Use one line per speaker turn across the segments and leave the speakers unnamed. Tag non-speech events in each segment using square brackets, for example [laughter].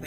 ไป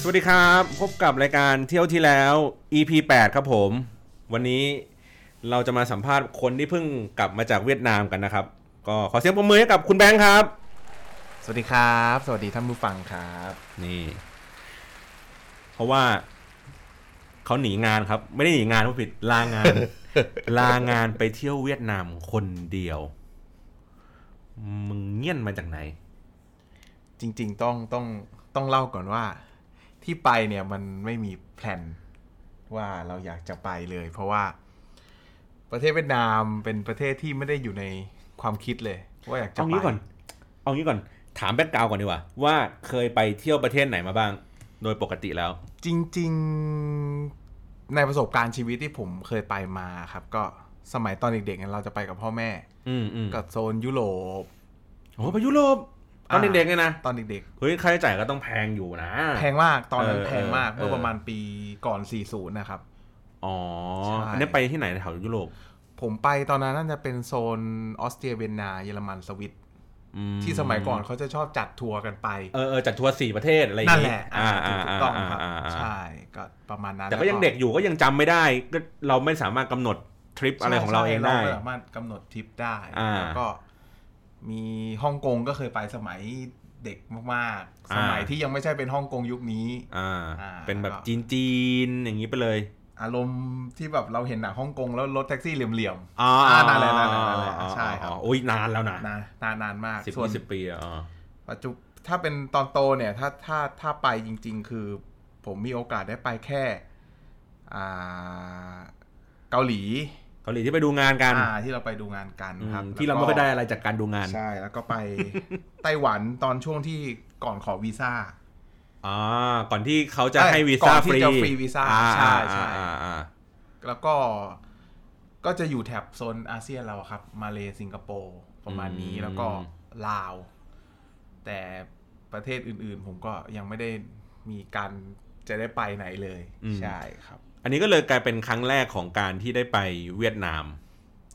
สวัสดีครับ พบกับรายการเที่ยวที่แล้ว EP 8 ครับผม วันนี้เราจะมาสัมภาษณ์คนที่เพิ่งกลับมาจากเวียดนามกันนะครับ ก็ขอเสียงปรบมือให้กับคุณแบงค์ครับ
สวัสดีครับ สวัสดีท่านผู้ฟังครับ
นี่ เพราะว่าเขาหนีงานครับ ไม่ได้หนีงานผู้ผิดลางาน [laughs] ลางานไปเที่ยวเวียดนามคนเดียว มึงเงี่ยนมาจากไหน
จริง ๆ ต้องต้องต้องเล่าก่อนว่า ที่ไปเนี่ยมันไม่มีแพลนว่าเราอยากจะไปเลย เพราะว่า ประเทศเวียดนามเป็นประเทศที่ไม่ได้อยู่ในความคิดเลย ว่าอยากจะ
เอา
ไป
งี้ก่อน เอางี้ก่อน ถามแบ็กกราวด์ก่อนดีกว่า ว่าเคยไปเที่ยวประเทศไหนมาบ้าง โดยปกติแล้ว
จริง ๆในประสบการณ์ชีวิตที่ผมเคยไปมาครับ ก็สมัยตอนเด็กๆเนี่ยเราจะไปกับพ่อแม่
อืมอืม
ก็โซนยุโรป
โอ้ไปยุโรปตอน
อ่า
เด็กๆเนี่ยนะ
ตอนเด็ก
เฮ้ยค่าใช้จ่ายก็ต้องแพงอยู่นะ
ๆแพงมากตอนนั้น
เออ
แพงมาก
เออ
เมื่อประมาณปีก่อน 40 นะครับ
อ๋อ
ใช่
อันนี้ไปที่ไหนแถวยุโรป
ผมไปตอนนั้นน่าจะเป็นโซนออสเตรียเวียนนาเยอรมันสวิต
อื
ที่สมัยก่อนเขาจะชอบจัดทัวร์กันไป
เออเออจัดทัวร์สี่ประเทศอะไรอย่าง
นั่น
งี้
แหละ
อ่า
อ่า
อ่า
ถู
อ่าก
ต้องครับ
อ่าอ่า
ใช่ก็ประมาณนั้น
แต่ก็ยังเด็กอยู่ก็ยังจำไม่ได้ก็เราไม่สามารถกำหนดทริป
ใช่
อะไรของเราเองได้
ใช่รม่สามารถกำหนดทริปได้
อ่า
แล้วก็มีฮ่องกงก็เคยไปสมัยเด็กมากๆ
อ่า
สมัยที่ยังไม่ใช่เป็นฮ่องกงยุคนี้
อ่า
อ่า
เป็นแบบ
แล้วก็
จีนจีนๆอย่างนี้ไปเลย
อารมณ์ที่แบบเราเห็นหนังฮ่องกงแล้วรถแท็กซี่เหลี่ยม
อ๋อ
อ่านั่นแหละนั่นแหละนั่นแหละ
อ๋อ
ใช่ครับ
อ๋อโอ้ยนานแล้วนะ
ๆนะนานนานๆมาก
สิบ
ส่วน
ยี่สิบปีอะอ๋อ
ปัจจุถ้าเป็นตอนโตเนี่ยถ้าถ้าถ้าไปจริง ๆ คือ ผมมีโอกาสได้ไปแค่อ่าเกาหลี
เกาหลีที่ไปดูงานกัน
อ่าที่เราไปดูงานกัน
อืม
ครับ
ที่เราไม่
แล้ว
ค่อ
ก็
ยได้อะไรจากการดูงาน
ใช่แล้วก็ไป ไต้หวันตอนช่วงที่ก่อนขอวีซ่า
อ่าก่อนที่เขาจะ
ใช่
ให้วีซ่า
ก่อ
ฟ
นที่
รี
จะฟรีวีซ่า
อ่
ใช่ใช่
อ่าอ่า
แล้วก็ก็จะอยู่แถบโซนอาเซียนเราอะครับ มาเลสิงคโปร์ประมาณนี้
อืม
แล้วก็ลาว แต่ประเทศอื่นๆ ผมก็ยังไม่ได้มีการจะได้ไปไหนเลย ใช่ครับ
อันนี้ก็เลยกลายเป็นครั้งแรกของการที่ได้ไปเวียดนาม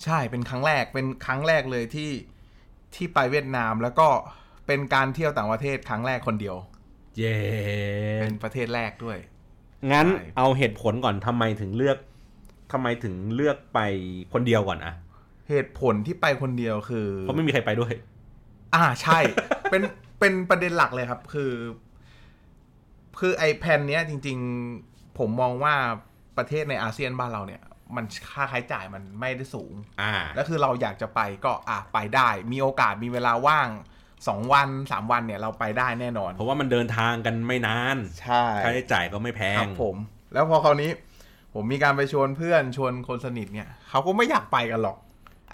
ใช่เป็นครั้งแรกเป็นครั้งแรกเลยที่ที่ไปเวียดนามแล้วก็เป็นการเที่ยวต่างประเทศครั้งแรกคนเดียว
เย้
เป็นประเทศแรกด้วย
งั้น
ใช่
เอาเหตุผลก่อนทำไมถึงเลือกทำไมถึงเลือกไปคนเดียวก่อนอะ
เหตุผลที่ไปคนเดียวคือ
เพราะไม่มีใครไปด้วย
อ่าใช่ เป็นเป็นประเด็นหลักเลยครับ คือ คือไอแผ่นเนี้ยจริง ๆ ผมมองว่าประเทศในอาเซียนบ้านเราเนี่ย มันค่าใช้จ่ายมันไม่ได้สูง
อ่า
แล้วคือเราอยากจะไปก็อ่ะไปได้ มีโอกาสมีเวลาว่างสองวันสามวันเนี่ยเราไปได้แน่นอน
เพราะว่ามันเดินทางกันไม่นาน
ใช่
ค่าใช้จ่ายก็ไม่แพง
ครับผม แล้วพอคราวนี้ ผมมีการไปชวนเพื่อนชวนคนสนิทเนี่ยเขาก็ไม่อยากไปกันหรอก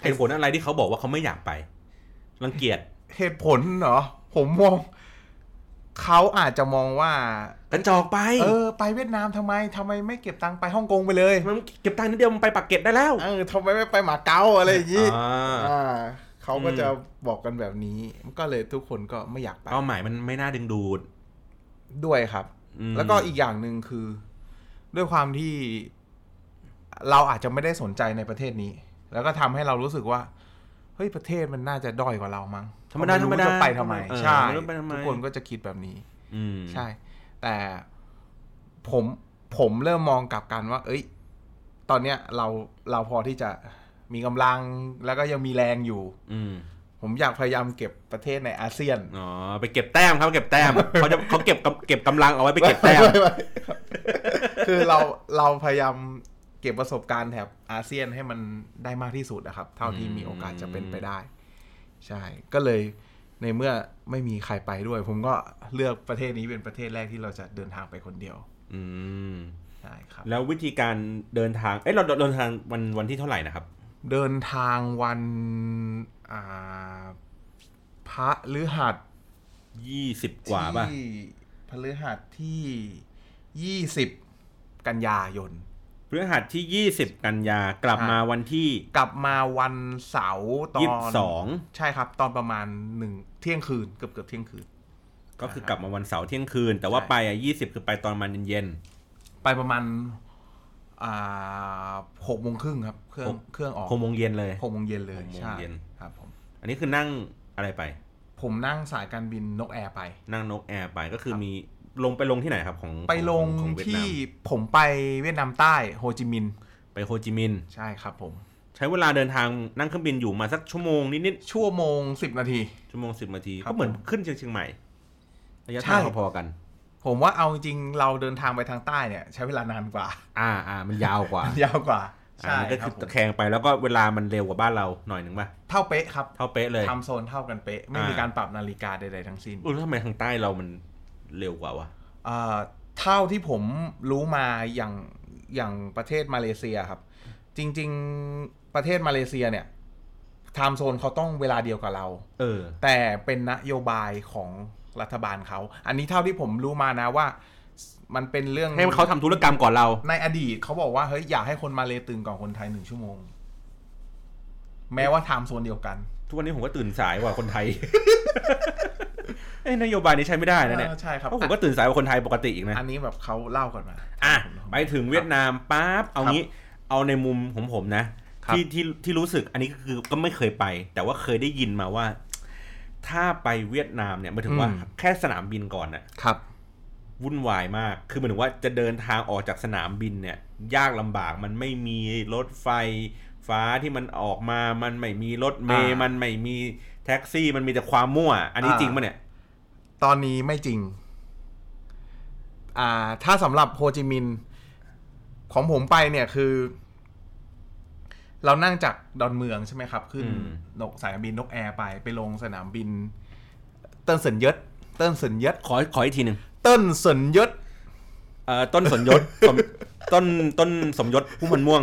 เหตุผลอะไรที่เขาบอกว่าเขาไม่อยากไปรังเกียจ
เหตุผลเหรอผมมองเขาอาจจะมองว่า
กันจอกไป
เออไปเวียดนามทำไมทำไมไม่เก็บตังค์ไปฮ่องกงไปเลย
มันเก็บตังค์นิดเดียวมันไปปักเก็ตได้แล้ว
เออทำไมไม่ไปหมาเก๊าอะไรอย่างนี้
อ่า
อ่าเขาก็จะบอกกันแบบนี้ก็เลยทุกคนก็ไม่อยากไป
เป้าหมายมันไม่น่าดึงดูด
ด้วยครับ
อืม
แล้วก็อีกอย่างหนึ่งคือ ด้วยความที่เราอาจจะไม่ได้สนใจในประเทศนี้ แล้วก็ทำให้เรารู้สึกว่าเฮ้ยประเทศมันน่าจะด้อยกว่าเรามั้ง
ธรรมดา
ไ
ธรรมดา
จะไปทำไม
เออ
ใช่
ไม่รู้ไปทำไม
ทุกคนก็จะคิดแบบนี้
อืม
ใช่ แต่ผมผมเริ่มมองกลับกันว่า เอ้ย ตอนเนี้ยเราเราพอที่จะมีกำลังแล้วก็ยังมีแรงอยู่
อืม
ผมอยากพยายามเก็บประเทศในอาเซียน
อ๋อไปเก็บแต้มครับเก็บแต้
[laughs]
ม เขาจะเขาเก็บกำเก็บกำลังเอาไว้ไปเก็บแต้ม
ไม่ไม่ไม่ [laughs] คือเราเราพยายามเก็บประสบการณ์แถบอาเซียนให้มันได้มากที่สุดนะครับ เท่าที่มีโอกาสจะเป็นไปได้ ใช่ ก็เลยในเมื่อไม่มีใครไปด้วย ผมก็เลือกประเทศนี้เป็นประเทศแรกที่เราจะเดินทางไปคนเดียว
อืม
ใช่ครับ
แล้ววิธีการเดินทาง เอ้ยเราเราเดินทางวันวันที่เท่าไหร่นะครับ
เดินทางวันอ่าพ ระฤหัส
ยี่สิบกว่าป่ะ
ที่พฤหัสที่ยี่สิบกันยายน
พฤหัสที่ 20 กันยากลับมาวันที่
กลับมาวันเสาร์ตอน
ยี่สิบสอง
ใช่ครับ ตอนประมาณหนึ่งเที่ยงคืนเกือบเกือบเที่ยงคืน
ก็คือกลับมาวันเสาร์เที่ยงคืน แต่ว่า
ใช่
ไปอ่ะยี่สิบคือไปตอนมันเย็น
ไปประมาณอ่าหกโมงครึ่งครับ เครื่อง
หก
เครื่องออก
ๆหกโมงเย็นเลย
หกโมงเย็นเลย
หกโมง
ใช่
เย็น
ครับผม
อันนี้คือนั่งอะไรไป
ผมนั่งสายการบินนกแอร์ไป
นั่งนกแอร์ไปก็คือ
ครับ
มีลงไปลงที่ไหนครับของ
ไปลง
ของเวียดนา
ที่
ม
ผมไปเวียดนามใต้โฮจิมินห์
ไปโฮจิมินห์
ใช่ครับผม
ใช้เวลาเดินทางนั่งเครื่องบินอยู่มาสักชั่วโมงนิด
ชั่วโมง 10 นาที
ๆชั่วโมงสิบนาที
ครับ
ก็เหมือนขึ้นเชียงเชียงใหม่ระยะ
ใช่
ทางพอๆกัน
ผมว่าเอาจริงๆเราเดินทางไปทางใต้เนี่ย ใช้เวลานานกว่า [laughs]
อ่าอ่ามันยาวกว่า
ยาวกว่า
อ่า
ใช่
มันก็
ค
คื
รั
อบ
ผ
ตะ
ม
แคงไปแล้วก็เวลามันเร็วกว่าบ้านเราหน่อยหนึ่งป่ะ
เท่าเป๊ะครับ
เท่าเป๊ะเลย
ทำโซนเท่ากันเป๊ะ ไม่มี
อ่า
การปรับนาฬิกาใดๆทั้งสิ้น
อุ้ยแล้วทำไมทางใต้เรามันเร็วกว่าวะ
เอ่อเท่าที่ผมรู้มาอย่างอย่างประเทศมาเลเซียครับ จริงๆประเทศมาเลเซียเนี่ยไทม์โซนเขาต้องเวลาเดียวกับเรา
เออ
แต่เป็นนโยบายของรัฐบาลเขา อันนี้เท่าที่ผมรู้มานะว่า มันเป็นเรื่อง
ให้เขาทำธุรกรรมก่อนเรา
ในอดีตเขาบอกว่าเฮ้ยอยากให้คนมาเลตื่นก่อนคนไทยหนึ่งชั่วโมง แม้ว่าไทม์โซนเดียวกัน
ทุกวันนี้ผมก็ตื่นสายกว่าคนไทย เอ้ยนโยบายนี้ใช้ไม่ได้นะเนี่ย
ออใช่ครับ
เพราะผมก็ตื่นสายกว่าคนไทยปกติอีกนะ
อันนี้แบบเขาเล่ากันมา
อ่ะ ไปถึงเวียดนามปั๊บเอางี้ เอาในมุมของผมนะ
ครับ
ที่ที่ที่รู้สึกอันนี้ก็คือก็ไม่เคยไป แต่ว่าเคยได้ยินมาว่า ถ้าไปเวียดนามเนี่ยหมายถึงว่าแค่สนามบินก่อนน่ะ
ครับ
วุ่นวายมาก คือหมายถึงว่าจะเดินทางออกจากสนามบินเนี่ย ยากลำบาก มันไม่มีรถไฟฟ้าที่มันออกมา มันไม่มีรถเมย์
อ่ามั
มันไม่มีแท็กซี่ มันมีแต่ความมั่ว อันนี้
อ่า
จริงปะเนี่ย
ตอนนี้ไม่จริง อ่า ถ้าสำหรับโฮจิมินห์ของผมไปเนี่ยคือ เรานั่งจากดอนเมืองใช่ไหมครับ ขึ้น
อืม
นกสายการบินนกแอร์ไปไปลงสนามบิน เติ้นเซินเยิดเติ้นเซินเยิด
ขอขออีกทีหนึ่ง
เติ้นเซินเยิด
เอ่อต้นสนยศสมต้นต้นสมยศผู้มันม่วง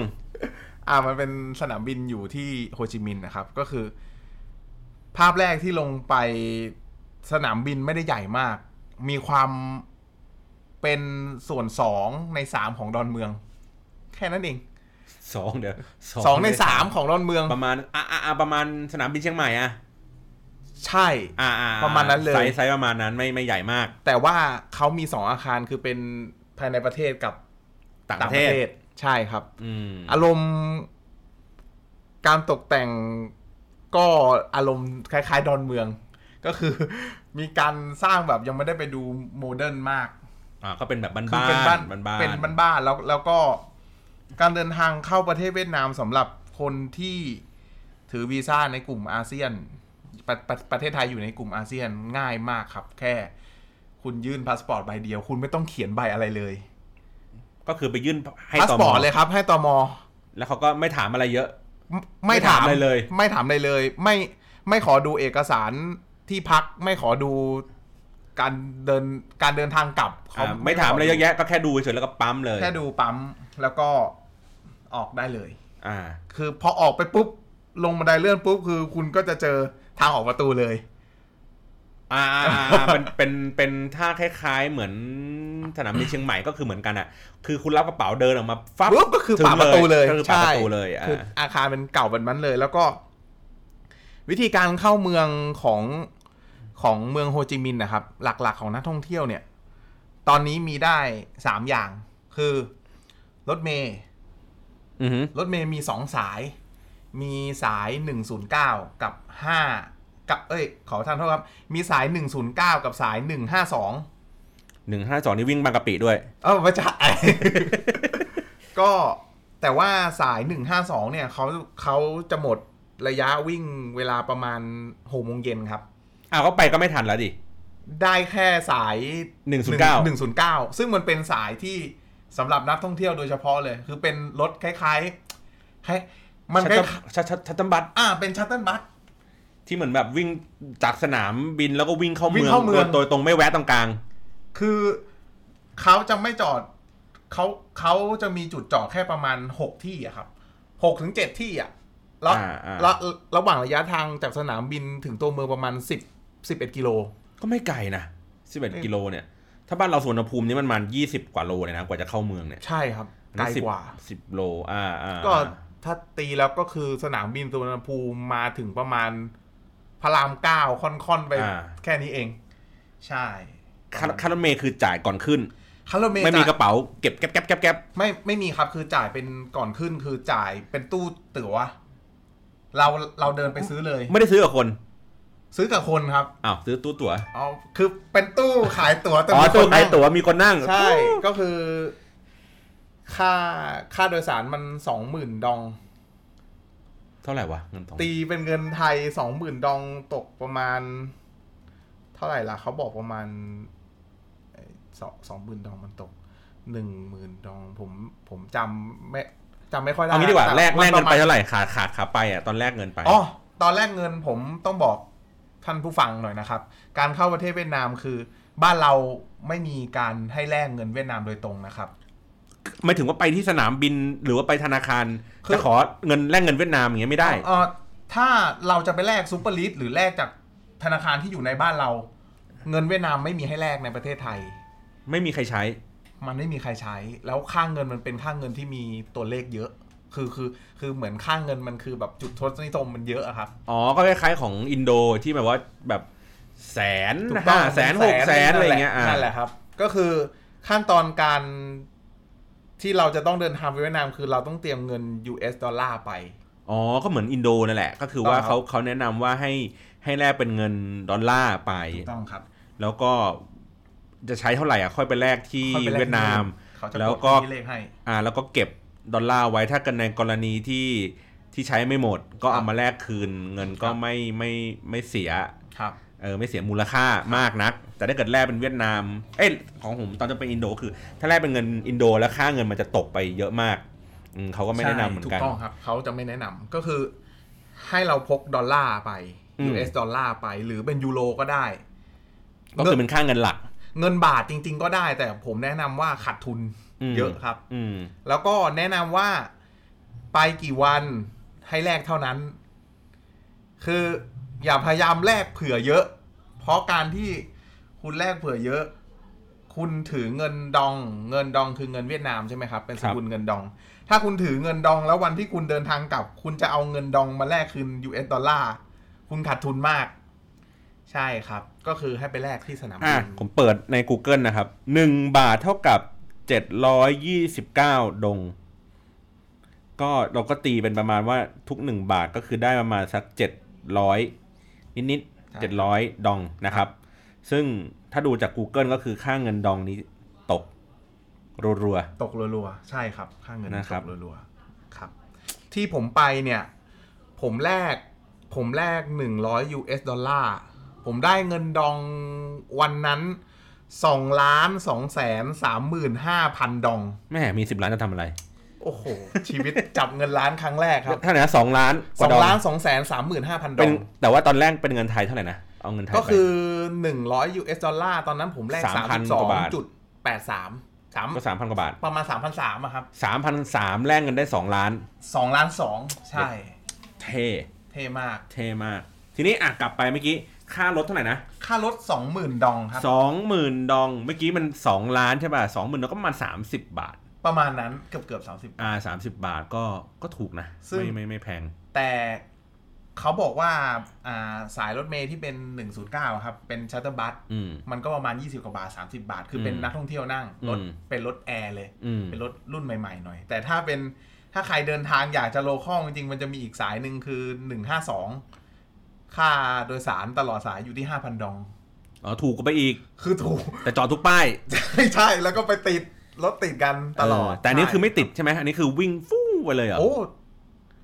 อ่ามันเป็นสนามบินอยู่ที่โฮจิมินห์นะครับ ก็คือ ภาพแรกที่ลงไปสนามบินไม่ได้ใหญ่มาก มีความเป็นส่วนสองในสามของดอนเมือง แค่นั้นเอง
สองเดี๋ยว
สองในสามของดอนเมือง
ประมาณอ่าอ่าประมาณสนามบินเชียงใหม่อะ
ใช่
อ่าอ่
ประมาณนั้นเลย
ไซส์ไซส์ประมาณนั้นไม่ไม่ใหญ่มาก
แต่ว่าเขามีสองอาคารคือเป็นภายในประเทศกับ
ต่างประเทศ
ใช่ครับ
อืม
อารมณ์การตกแต่งก็อารมณ์คล้ายๆ ดอนเมือง ก็คือ [laughs] มีการสร้างแบบยังไม่ได้ไปดูโมเดิร์นมาก
อ่า ก็เป็นแบบบ้าน
คื
บ้า
เป็น
นบ้านบ้าน
เป็นบ้านๆแล้วแล้วก็การเดินทางเข้าประเทศเวียดนามสำหรับคนที่ถือวีซ่าในกลุ่มอาเซียนประประประเทศไทยอยู่ในกลุ่มอาเซียนง่ายมากครับ แค่คุณยื่นพาสปอร์ตใบเดียว คุณไม่ต้องเขียนใบอะไรเลย
ก็คือไปยื่นให้
พาส
ตม
ปอร์ตเลยครับ ให้ตม
แล้วเขาก็ไม่ถามอะไรเยอะไม่
ไม่ไม่ถาม
ถามอะไรเลย
ไม่ถามอะไรเลย ไม่ไม่ขอดูเอกสารที่พักไม่ขอดูการเดินการเดินทางกลับเข
อ่าไม่ถามอะไรเยอะแยะก็แค่ดูเฉยๆแล้วก็ปั๊มเลย
แค่ดูปั๊มแล้วก็ออกได้เลย
อ่า
คือพอออกไปปุ๊บ ลงบันไดเลื่อนปุ๊บ คือคุณก็จะเจอทางออกประตูเลย
อ่าอ่าอ่าเป็นเป็นเป็นท่าคล้ายๆ เหมือนสนามบินเชียงใหม่ก็คือเหมือนกันอ่ะ คือคุณรับกระเป๋าเดินออกมาฟับ
ปุ๊บก็คือ
ถึง
ป่าประตูเลย
ก็คือป่าประตูเลยอ่า
คืออาคารเป็นเก่าแบบนั้นเลย แล้วก็ วิธีการเข้าเมืองของของเมืองโฮจิมินห์นะครับ หลักๆของนักท่องเที่ยวเนี่ย ตอนนี้มีได้สามอย่าง คือรถเมย์
อือหือ
รถเมย์มีสองสาย มีสาย 109 กับ 5 กับ เอ้ย ขอท่านโทษครับ มีสาย 109 กับสาย 152
หนึ่งห้าสองนี่วิ่งบางกะปิด้วย
เออมาจาก [laughs] ก็แต่ว่าสาย 152 เนี่ยเขาเขาจะหมดระยะวิ่งเวลาประมาณหกโมงเย็นครับ
อ้าวก็ไปก็ไม่ทันแล้วดิ
ได้แค่สาย
109
109 ซึ่งมันเป็นสายที่สำหรับนักท่องเที่ยวโดยเฉพาะเลย คือเป็นรถคล้ายๆคล้ายมันคล้าย
ชัดชัดชัดจัมบัต
อ่าเป็นชัตเติลบัส
ที่เหมือนแบบวิ่งจากสนามบินแล้วก็วิ่งเข้า
วิ่
เมือง
งเข้าเมือง
โดยตรงไม่แวะตรงกลาง
คือเขาจะไม่จอดเขาเขาจะมีจุดจอดแค่ประมาณหกที่อะครับหกถึงเจ็ดที่อะแล้ว
อ่าอ่า
แล้วระหว่างระยะทางจากสนามบินถึงตัวเมืองประมาณสิบ สิบเอ็ดกิโล
ก็ไม่ไกลนะสิบเอ็ดกิโลเนี่ย ถ้าบ้านเราสวนภูมินี่มันประมันยี่สิบกว่าโลเลยนะกว่าจะเข้าเมืองเนี่ย
ใช่ครับ ไกลกว่า
สิบโล อ่าอ่า
ก็ถ้าตีแล้วก็คือสนามบินสุวรรณภูมิมาถึงประมาณพระรามเก้าค่อนๆไป
อ่า
แค่นี้เอง ใช่
คาร์คาร์เมย์คือจ่ายก่อนขึ้น
คาร์เม
ไม่มีก
จ่าย
ระเป๋าเก็บแก๊บแก๊บแก๊บแก๊บ
ไม่ไม่มีครับคือจ่ายเป็นก่อนขึ้นคือจ่ายเป็นตู้ตั๋วเราเราเดินไปซื้อเลย
ไม่ได้ซื้อกับคน
ซื้อกับคนครับ
อ้าวซื้อตู้ตั๋ว
อ๋อคือเป็นตู้ขายตั๋วแต่
อ๋อ
มี
ตู้
คน
ขาย
นั่ง
ตั๋วมีคนนั่ง
ใช่ ก็คือค่าค่าโดยสารมันสองหมื่นดอง
เท่าไหร่วะเงินสอง
ตีเป็นเงินไทยสองหมื่นดองตกประมาณ เท่าไหร่ล่ะเขาบอกประมาณเอ่อสองสองหมื่นดองมันตกหนึ่งหมื่นดองผมผมจำไม่จำไม่ค่อยได้
เอางี้ดีกว่า
ต่
แลกแลกเงินไป
มัระมาณ
เท่าไหร่ขาดขาดขาไปอ่ะตอนแลกเงินไป
อ๋อตอนแรกเงินผมต้องบอกท่านผู้ฟังหน่อยนะครับ การเข้าประเทศเวียดนามคือ บ้านเราไม่มีการให้แลกเงินเวียดนามโดยตรงนะครับ
ไม่ถึงว่าไปที่สนามบินหรือว่าไปธนาคาร
คือ
จะขอเงินแลกเงินเวียดนามอย่างเงี้ยไม่ได้
เออถ้าเราจะไปแลกซูเปอร์ลิสหรือแลกจากธนาคารที่อยู่ในบ้านเรา เงินเวียดนามไม่มีให้แลกในประเทศไทย
ไม่มีใครใช้
มันไม่มีใครใช้ แล้วค่างเงินมันเป็นค่างเงินที่มีตัวเลขเยอะ คือคือคือเหมือนค่างเงินมันคือแบบจุดทศนิยมมันเยอะอะครับ
อ๋อ ก็คล้ายๆของอินโดที่แบบว่าแบบแสน
ถูกต้อ
ห้าง แสนหกแสนอะไรเงี้ยอ่า
นั่นแหละครับ ก็คือขั้นตอนการที่เราจะต้องเดินทางไปเวียดนาม คือเราต้องเตรียมเงิน US ดอลลาร์ไป
อ๋อ ก็เหมือนอินโดนั่นแหละ ก็คือว่า
ถูกต้
เขา
องครับ
เขาแนะนำว่าให้ให้แลกเป็นเงินดอลลาร์ไป
ถูกต้องครับ
แล้วก็จะใช้เท่าไหร่อ่ะ ค่อยไปแลกที่
ค่อยไปแลก
เวียดนาม
เขาจะ
แล้ว
กด
ก็
ที่เลขให้
อ่า แล้วก็เก็บดอลลาร์ไว้ถ้ากันในกรณีที่ที่ใช้ไม่หมด ก็เอามาแลกคืน เงินก็
ครับ
ไม่ไม่ไม่เสีย
ครับ
เออไม่เสียมูลค่ามากนัก แต่ถ้าเกิดแลกเป็นเวียดนาม เอ้ยของผมตอนจะไปอินโดคือ ถ้าแลกเป็นเงินอินโดแล้วค่าเงินมันจะตกไปเยอะมากอืมเขาก็ไม่แนะนำเหมือนกัน
ใช่ถูกต้องครับเขาจะไม่แนะนำก็คือให้เราพกดอลลาร์ไป
อืม
US ดอลลาร์ไป หรือเป็นยูโรก็ได้
ก็คือเป็นค่าเงินหลัก
เงินบาทจริง ๆ ก็ได้ แต่ผมแนะนำว่าขาดทุน
อืม
เยอะครับ
อืม
แล้วก็แนะนำว่าไปกี่วันให้แลกเท่านั้น คืออย่าพยายามแลกเผื่อเยอะ เพราะการที่คุณแลกเผื่อเยอะ คุณถือเงินดอง เงินดองคือเงินเวียดนามใช่ไหมครับ เป็นสกุลเงินดอง ถ้าคุณถือเงินดองแล้ววันที่คุณเดินทางกลับ คุณจะเอาเงินดองมาแลกคืน US ดอลลาร์คุณขาดทุนมาก ใช่ครับ ก็คือให้ไปแลกที่สนาม
อ่ะ
บิน
ผมเปิดใน Google นะครับหนึ่งบาทเท่ากับเจ็ดร้อยยี่สิบเก้าดง ก็เราก็ตีเป็นประมาณว่าทุกหนึ่งบาทก็คือได้ประมาณสักเจ็ดร้อยนิดๆเจ็ดร้อยดองนะครับ ซึ่งถ้าดูจาก Google ก็คือค่าเงินดองนี้ตก รัว
ตกรัวๆใช่ครับ ค่าเงิน
นะครับ
ตกรัวๆครับ ที่ผมไปเนี่ย ผมแลกผมแลกหนึ่งร้อย US ดอลลาร์ผมได้เงินดองวันนั้นสองล้านสองแสนสามหมื่นห้าพันดอง
ๆแม่มีสิบล้านจะทำอะไร
โอ้โห ชีวิตจับเงินล้านครั้งแรกครับ
ถ้าไหนสองล้านก
ส
ว่
อง
ด
ล้านสองแสนสามหมื่นห้าพันด
เป็
อน ง
แต่ว่าตอนแรกเป็นเงินไทยเท่าไหร่นะ เอาเงินไทยไป
ก็คือหนึ่งร้อย US ดอลลาร์ตอนนั้นผมแลกสาม
3,000
ส
ก
อ
ว่าง บาท
จุดแปดสามสาม
ก็สามพันกว่าบาท
ประมาณสามพันสามอะครับ
สามพันสามแลกเงินได้สองล้าน
สองล้านสองใช่
เท่
เท่มาก
เท่มาก ทีนี้อ่ะกลับไปเมื่อกี้ ค่ารถเท่าไหร่นะ
ค่ารถสองหมื่นดองครับ
สองหมื่นดอง เมื่อกี้มันสองล้านใช่ป่ะสองหมื่นดองก็ประมาณสามสิบบาท
ประมาณนั้นเกือบเกือบสามสิบ
อ่าสามสิบบาทก็ก็ถูกนะ
ซึ่ง
ไม่ไม่ไม่แพง
แต่เขาบอกว่าอ่าสายรถเมย์ที่เป็น 109 ครับ เป็นชัตเตอร์บัส
อืม
มันก็ประมาณ 20 กว่าบาท 30 บาท คือเป็น
อืม
นักท่องเที่ยวนั่งรถ
อืม
เป็นรถแอร์เลย
อืม
เป็นรถรุ่นใหม่ๆหน่อย แต่ถ้าเป็นถ้าใครเดินทางอยากจะโลคอลจริงๆ มันจะมีอีกสายหนึ่งคือ 152 ค่าโดยสารตลอดสายอยู่ที่ 5,000 ดอง
อ๋อถูกกว่าไปอีก
คือถูก [laughs]
แต่จอดทุกป้าย
ใช่ใช่แล้วก็ไปติดรถติดกันตลอด
เแต่อันนี้คือไม่ติดใช่ไหมอันนี้คือวิ่งฟู่ไปเลยเหรอ
โอ้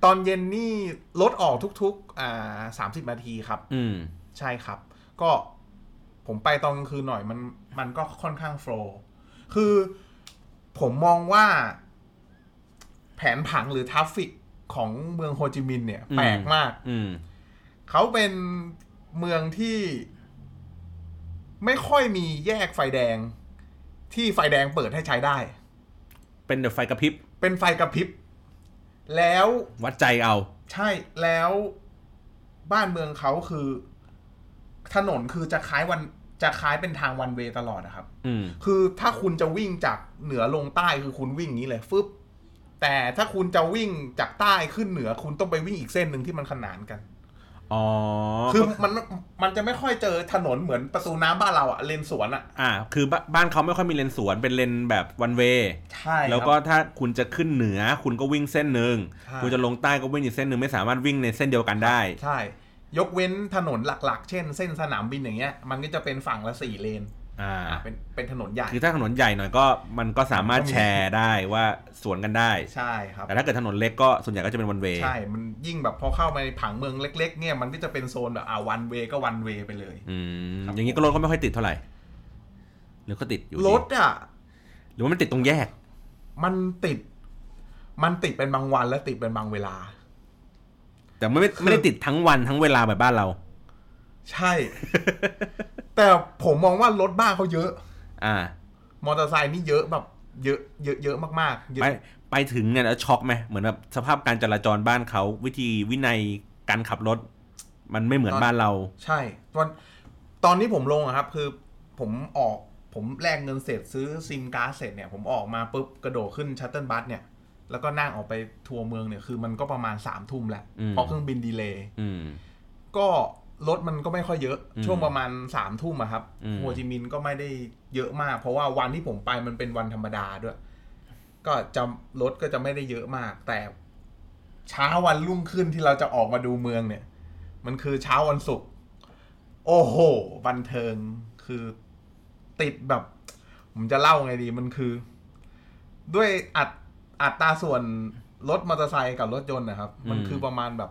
ตอนเย็นนี่รถออกทุกๆ อ่าสามสิบนาทีครับ
อืม
ใช่ครับ ก็ผมไปตอนกลางคืนหน่อยมันมันก็ค่อนข้างโฟล์คือผมมองว่า แผนผังหรือทราฟฟิกของเมืองโฮจิมินห์เนี่ย
อืม
แปลกมาก
อืม
เขาเป็นเมืองที่ ไม่ค่อยมีแยกไฟแดง ที่ไฟแดงเปิดให้ใช้ได้
เป็นเดไฟกระพริบ
เป็นไฟกระพริบ แล้ว
วัดใจเอา
ใช่แล้วบ้านเมืองเขาคือ ถนนคือจะคล้ายวันจะคล้ายเป็นทางวันเวตลอดนะครับ
อืม
คือถ้าคุณจะวิ่งจากเหนือลงใต้คือคุณวิ่งอย่างนี้เลยฟึบแต่ถ้าคุณจะวิ่งจากใต้ขึ้นเหนือคุณต้องไปวิ่งอีกเส้นหนึ่งที่มันขนานกัน
อ๋อ
คือมันมันจะไม่ค่อยเจอถนนเหมือนประตูน้ำบ้านเราอะเลนสวนอะ
อ่า คือบ้านบ้านเขาไม่ค่อยมีเลนสวนเป็นเลนแบบวันเว
ใช่
แล้ว
ครับ
ก็ถ้าคุณจะขึ้นเหนือคุณก็วิ่งเส้นหนึ่ง
ใช่
คุณจะลงใต้ก็วิ่งอีกเส้นหนึ่งไม่สามารถวิ่งในเส้นเดียวกันได้
ใช่ ยกเว้นถนนหลักๆ เช่น เส้นสนามบินอย่างเงี้ย มันก็จะเป็นฝั่งละสี่เลน
อ่า
อ่ะเป็นเป็นถนนใหญ่
คือถ้าถนนใหญ่หน่อยก็มันก็สามารถแชร์ได้ว่าสวนกันได้
ใช่ครับ
แต่ถ้าเกิดถนนเล็กก็ส่วนใหญ่ก็จะเป็นวันเว
ใช่ มันยิ่งแบบพอเข้ามาในผังเมืองเล็ก ๆ เนี่ย มันก็จะเป็นโซนแบบอ่าวันเวก็วันเวไปเลย
อืม
ครับ
อย่างนี้ก็รถก็ไม่ค่อยติดเท่าไหร่ หรือก็ติดอยู่ดี
รถอ่ะ
หรือว่ามันติดตรงแยก
มันติด มันติดเป็นบางวันและติดเป็นบางเวลา
แต่ไม่ไม่ไม่ได้ติดทั้งวันทั้งเวลาแบบบ้านเรา
ใช่
[laughs]
แต่ผมมองว่ารถบ้านเขาเยอะ
อ่า
มอเตอร์ไซค์นี่เยอะแบบ เยอะ เยอะเยอะมากๆเย
ไป
อะ
ไปถึงเนี่ยแล้วช็อกไหมเหมือนแบบสภาพการจราจรบ้านเขาวิธีวินัยการขับรถ มันไม่เหมือน
ตอน
บ้านเรา
ใช่ ตอนตอนนี้ผมลงอะครับ คือผมออกผมแลกเงินเสร็จซื้อซิมการ์ดเสร็จเนี่ย ผมออกมาปุ๊บกระโดดขึ้นชัตเติลบัสเนี่ย แล้วก็นั่งออกไปทัวร์เมืองเนี่ยคือมันก็ประมาณสามทุ่มแหละ
อืม
เพราะเครื่องบินดีเลย์
อืม
ก็รถมันก็ไม่ค่อยเยอะ
อืม
ช่วงประมาณสามทุ่มอะครับ
อืม
โฮจิมินห์ก็ไม่ได้เยอะมาก เพราะว่าวันที่ผมไปมันเป็นวันธรรมดาด้วย ก็จะรถก็จะไม่ได้เยอะมาก แต่เช้าวันรุ่งขึ้นที่เราจะออกมาดูเมืองเนี่ย มันคือเช้าวันศุกร์โอ้โหบันเทิงคือติดแบบ ผมจะเล่าไงดีมันคือ ด้วยอัดอัตราส่วนรถมอเตอร์ไซค์กับรถยนต์นะครับ มันคือประมาณแบบ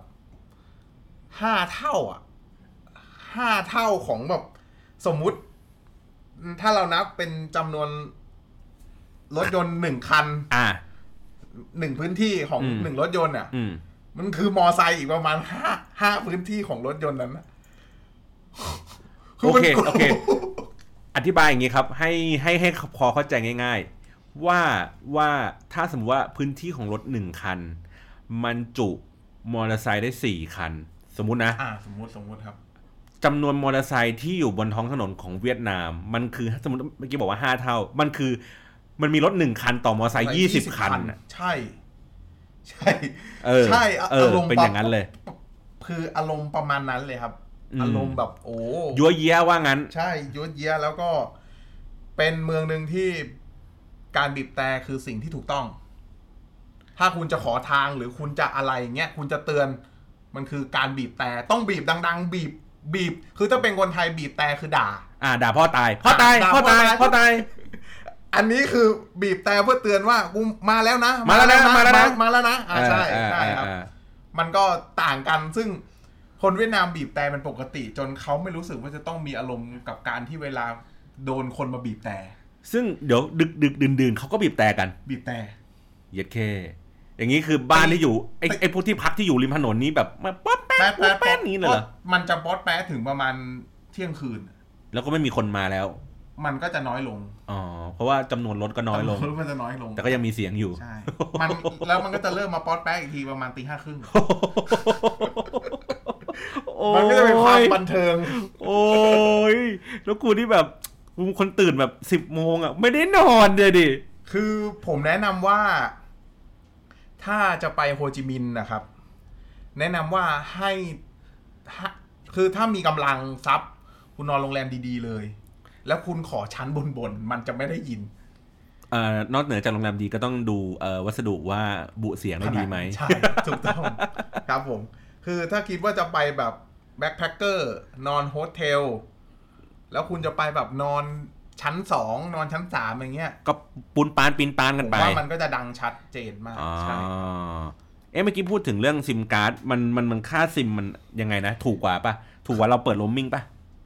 ห้าเท่าอ่ะห้าเท่าของแบบสมมุติ ถ้าเรานับเป็นจำนวนรถยนต์หนึ่งคัน
อ่า
หนึ่งพื้นที่ของ
อืม
หนึ่งรถยนต์อ่ะ
อืม
มันคือมอไซค์อีกประมาณห้าห้าพื้นที่ของรถยนต์นั้นน่ะมัน
โอเคโอเค อธิบายอย่างนี้ครับ ให้ให้ให้พอเข้าใจง่าย ๆ ว่าว่าถ้าสมมติว่าพื้นที่ของรถหนึ่งคัน มันจุมอเตอร์ไซค์ได้สี่คัน สมมุตินะ
อ่า สมมุติสมมุติครับ
จำนวนมอเตอร์ไซค์ที่อยู่บนท้องถนนของเวียดนาม มันคือถ้าสมมติเมื่อกี้บอกว่าห้าเท่า มันคือ มันมีรถหนึ่งคันต่อมอเตอร์ไซค์ยี่สิบคันน่ะ
ใช่ ใช่
เออ
ใช่
เออ เป็นอย่างนั้นเลย
คืออารมณ์ประมาณนั้นเลยครับ
อืม
อารมณ์แบบโอ้
ยัวเยี้ยว่างั้น
ใช่ยุดเยียแล้วก็เป็นเมืองหนึ่งที่การบีบแต่คือสิ่งที่ถูกต้อง ถ้าคุณจะขอทางหรือคุณจะอะไรอย่างเงี้ยคุณจะเตือนมันคือการบีบแต่ต้องบีบดัง ๆ บีบบีบ คือถ้าเป็นคนไทยบีบแต่คือด่า
อ่าด่าพ่อตายพ่อตาย
ด่า
พ่อตาย
พ่อตาย
พ่อตาย
อันนี้คือบีบแต่เพื่อเตือนว่ากูมาแล้วนะ
มาแล้วนะมาแล้วนะ
มาแล้วนะอ่าใช่
อ่า
ใช่ครับ
อ่า
มันก็ต่างกันซึ่งคนเวียดนามบีบแต่เป็นปกติ จนเขาไม่รู้สึกว่าจะต้องมีอารมณ์กับการที่เวลาโดนคนมาบีบแต่
ซึ่งเดี๋ยวดึกดึกดื่นดื่นเขาก็บีบแต่กัน
บีบแต่
เย็ดเค อย่างนี้คือบ้านที่อยู่ไอ้
ไป
ไอ้พวกที่พักที่อยู่ริมถนนนี้แบบมาป๊อปแป๊ดป๊อ
แป๊ด
ป
แป๊ด
แป๊ดนี้เลยเหรอ
มันจะป๊อดแป๊ดถึงประมาณเที่ยงคืน
แล้วก็ไม่มีคนมาแล้ว
มันก็จะน้อยลง
อ๋อ เพราะว่าจำนวนรถก็น้อยลง
จำวมันจะน้อยลง
แต่ก็ยังมีเสียงอยู่
ใช่ มันแล้วมันก็จะเริ่มมาป๊อดแป๊ดอีกทีประมาณตีห้าครึ่ง
โอ้
มันก็จะเป็นความ
ย
บันเทิง
โอ้ยแล้วกูที่แบบกูเป็นคนตื่นแบบสิบ10โมงอ่ะ ไม่ได้นอนเลยดิ
คือผมแนะนำว่า ถ้าจะไปโฮจิมินห์นะครับ แนะนำว่าให้ฮะคือถ้ามีกำลังทรัพย์คุณนอนโรงแรมดีๆเลย แล้วคุณขอชั้นบนบนๆมันจะไม่ได้ยิน
เอ่อนอกเหนือจากโรงแรมดีก็ต้องดูเอ่อวัสดุว่าบุเสียงได้ดีไหม
ใช่ถูกต้อง ครับผม คือถ้าคิดว่าจะไปแบบแบ็คแพคเกอร์นอนโฮสเทลแล้วคุณจะไปแบบนอนชั้นสองนอนชั้นสามอย่างเงี้ย
ก็ปูนปานปีนปาน
ผ
กัน
ม
ไป
ว่ามันก็จะดังชัดเจนมาก
อ๋อ
ใช่
เอ๊ะเมื่อกี้พูดถึงเรื่องซิมการ์ดมันมันมันค่าซิมมันยังไงนะ ถูกกว่าปะถูกกว่าเราเปิดโรมมิ่งปะ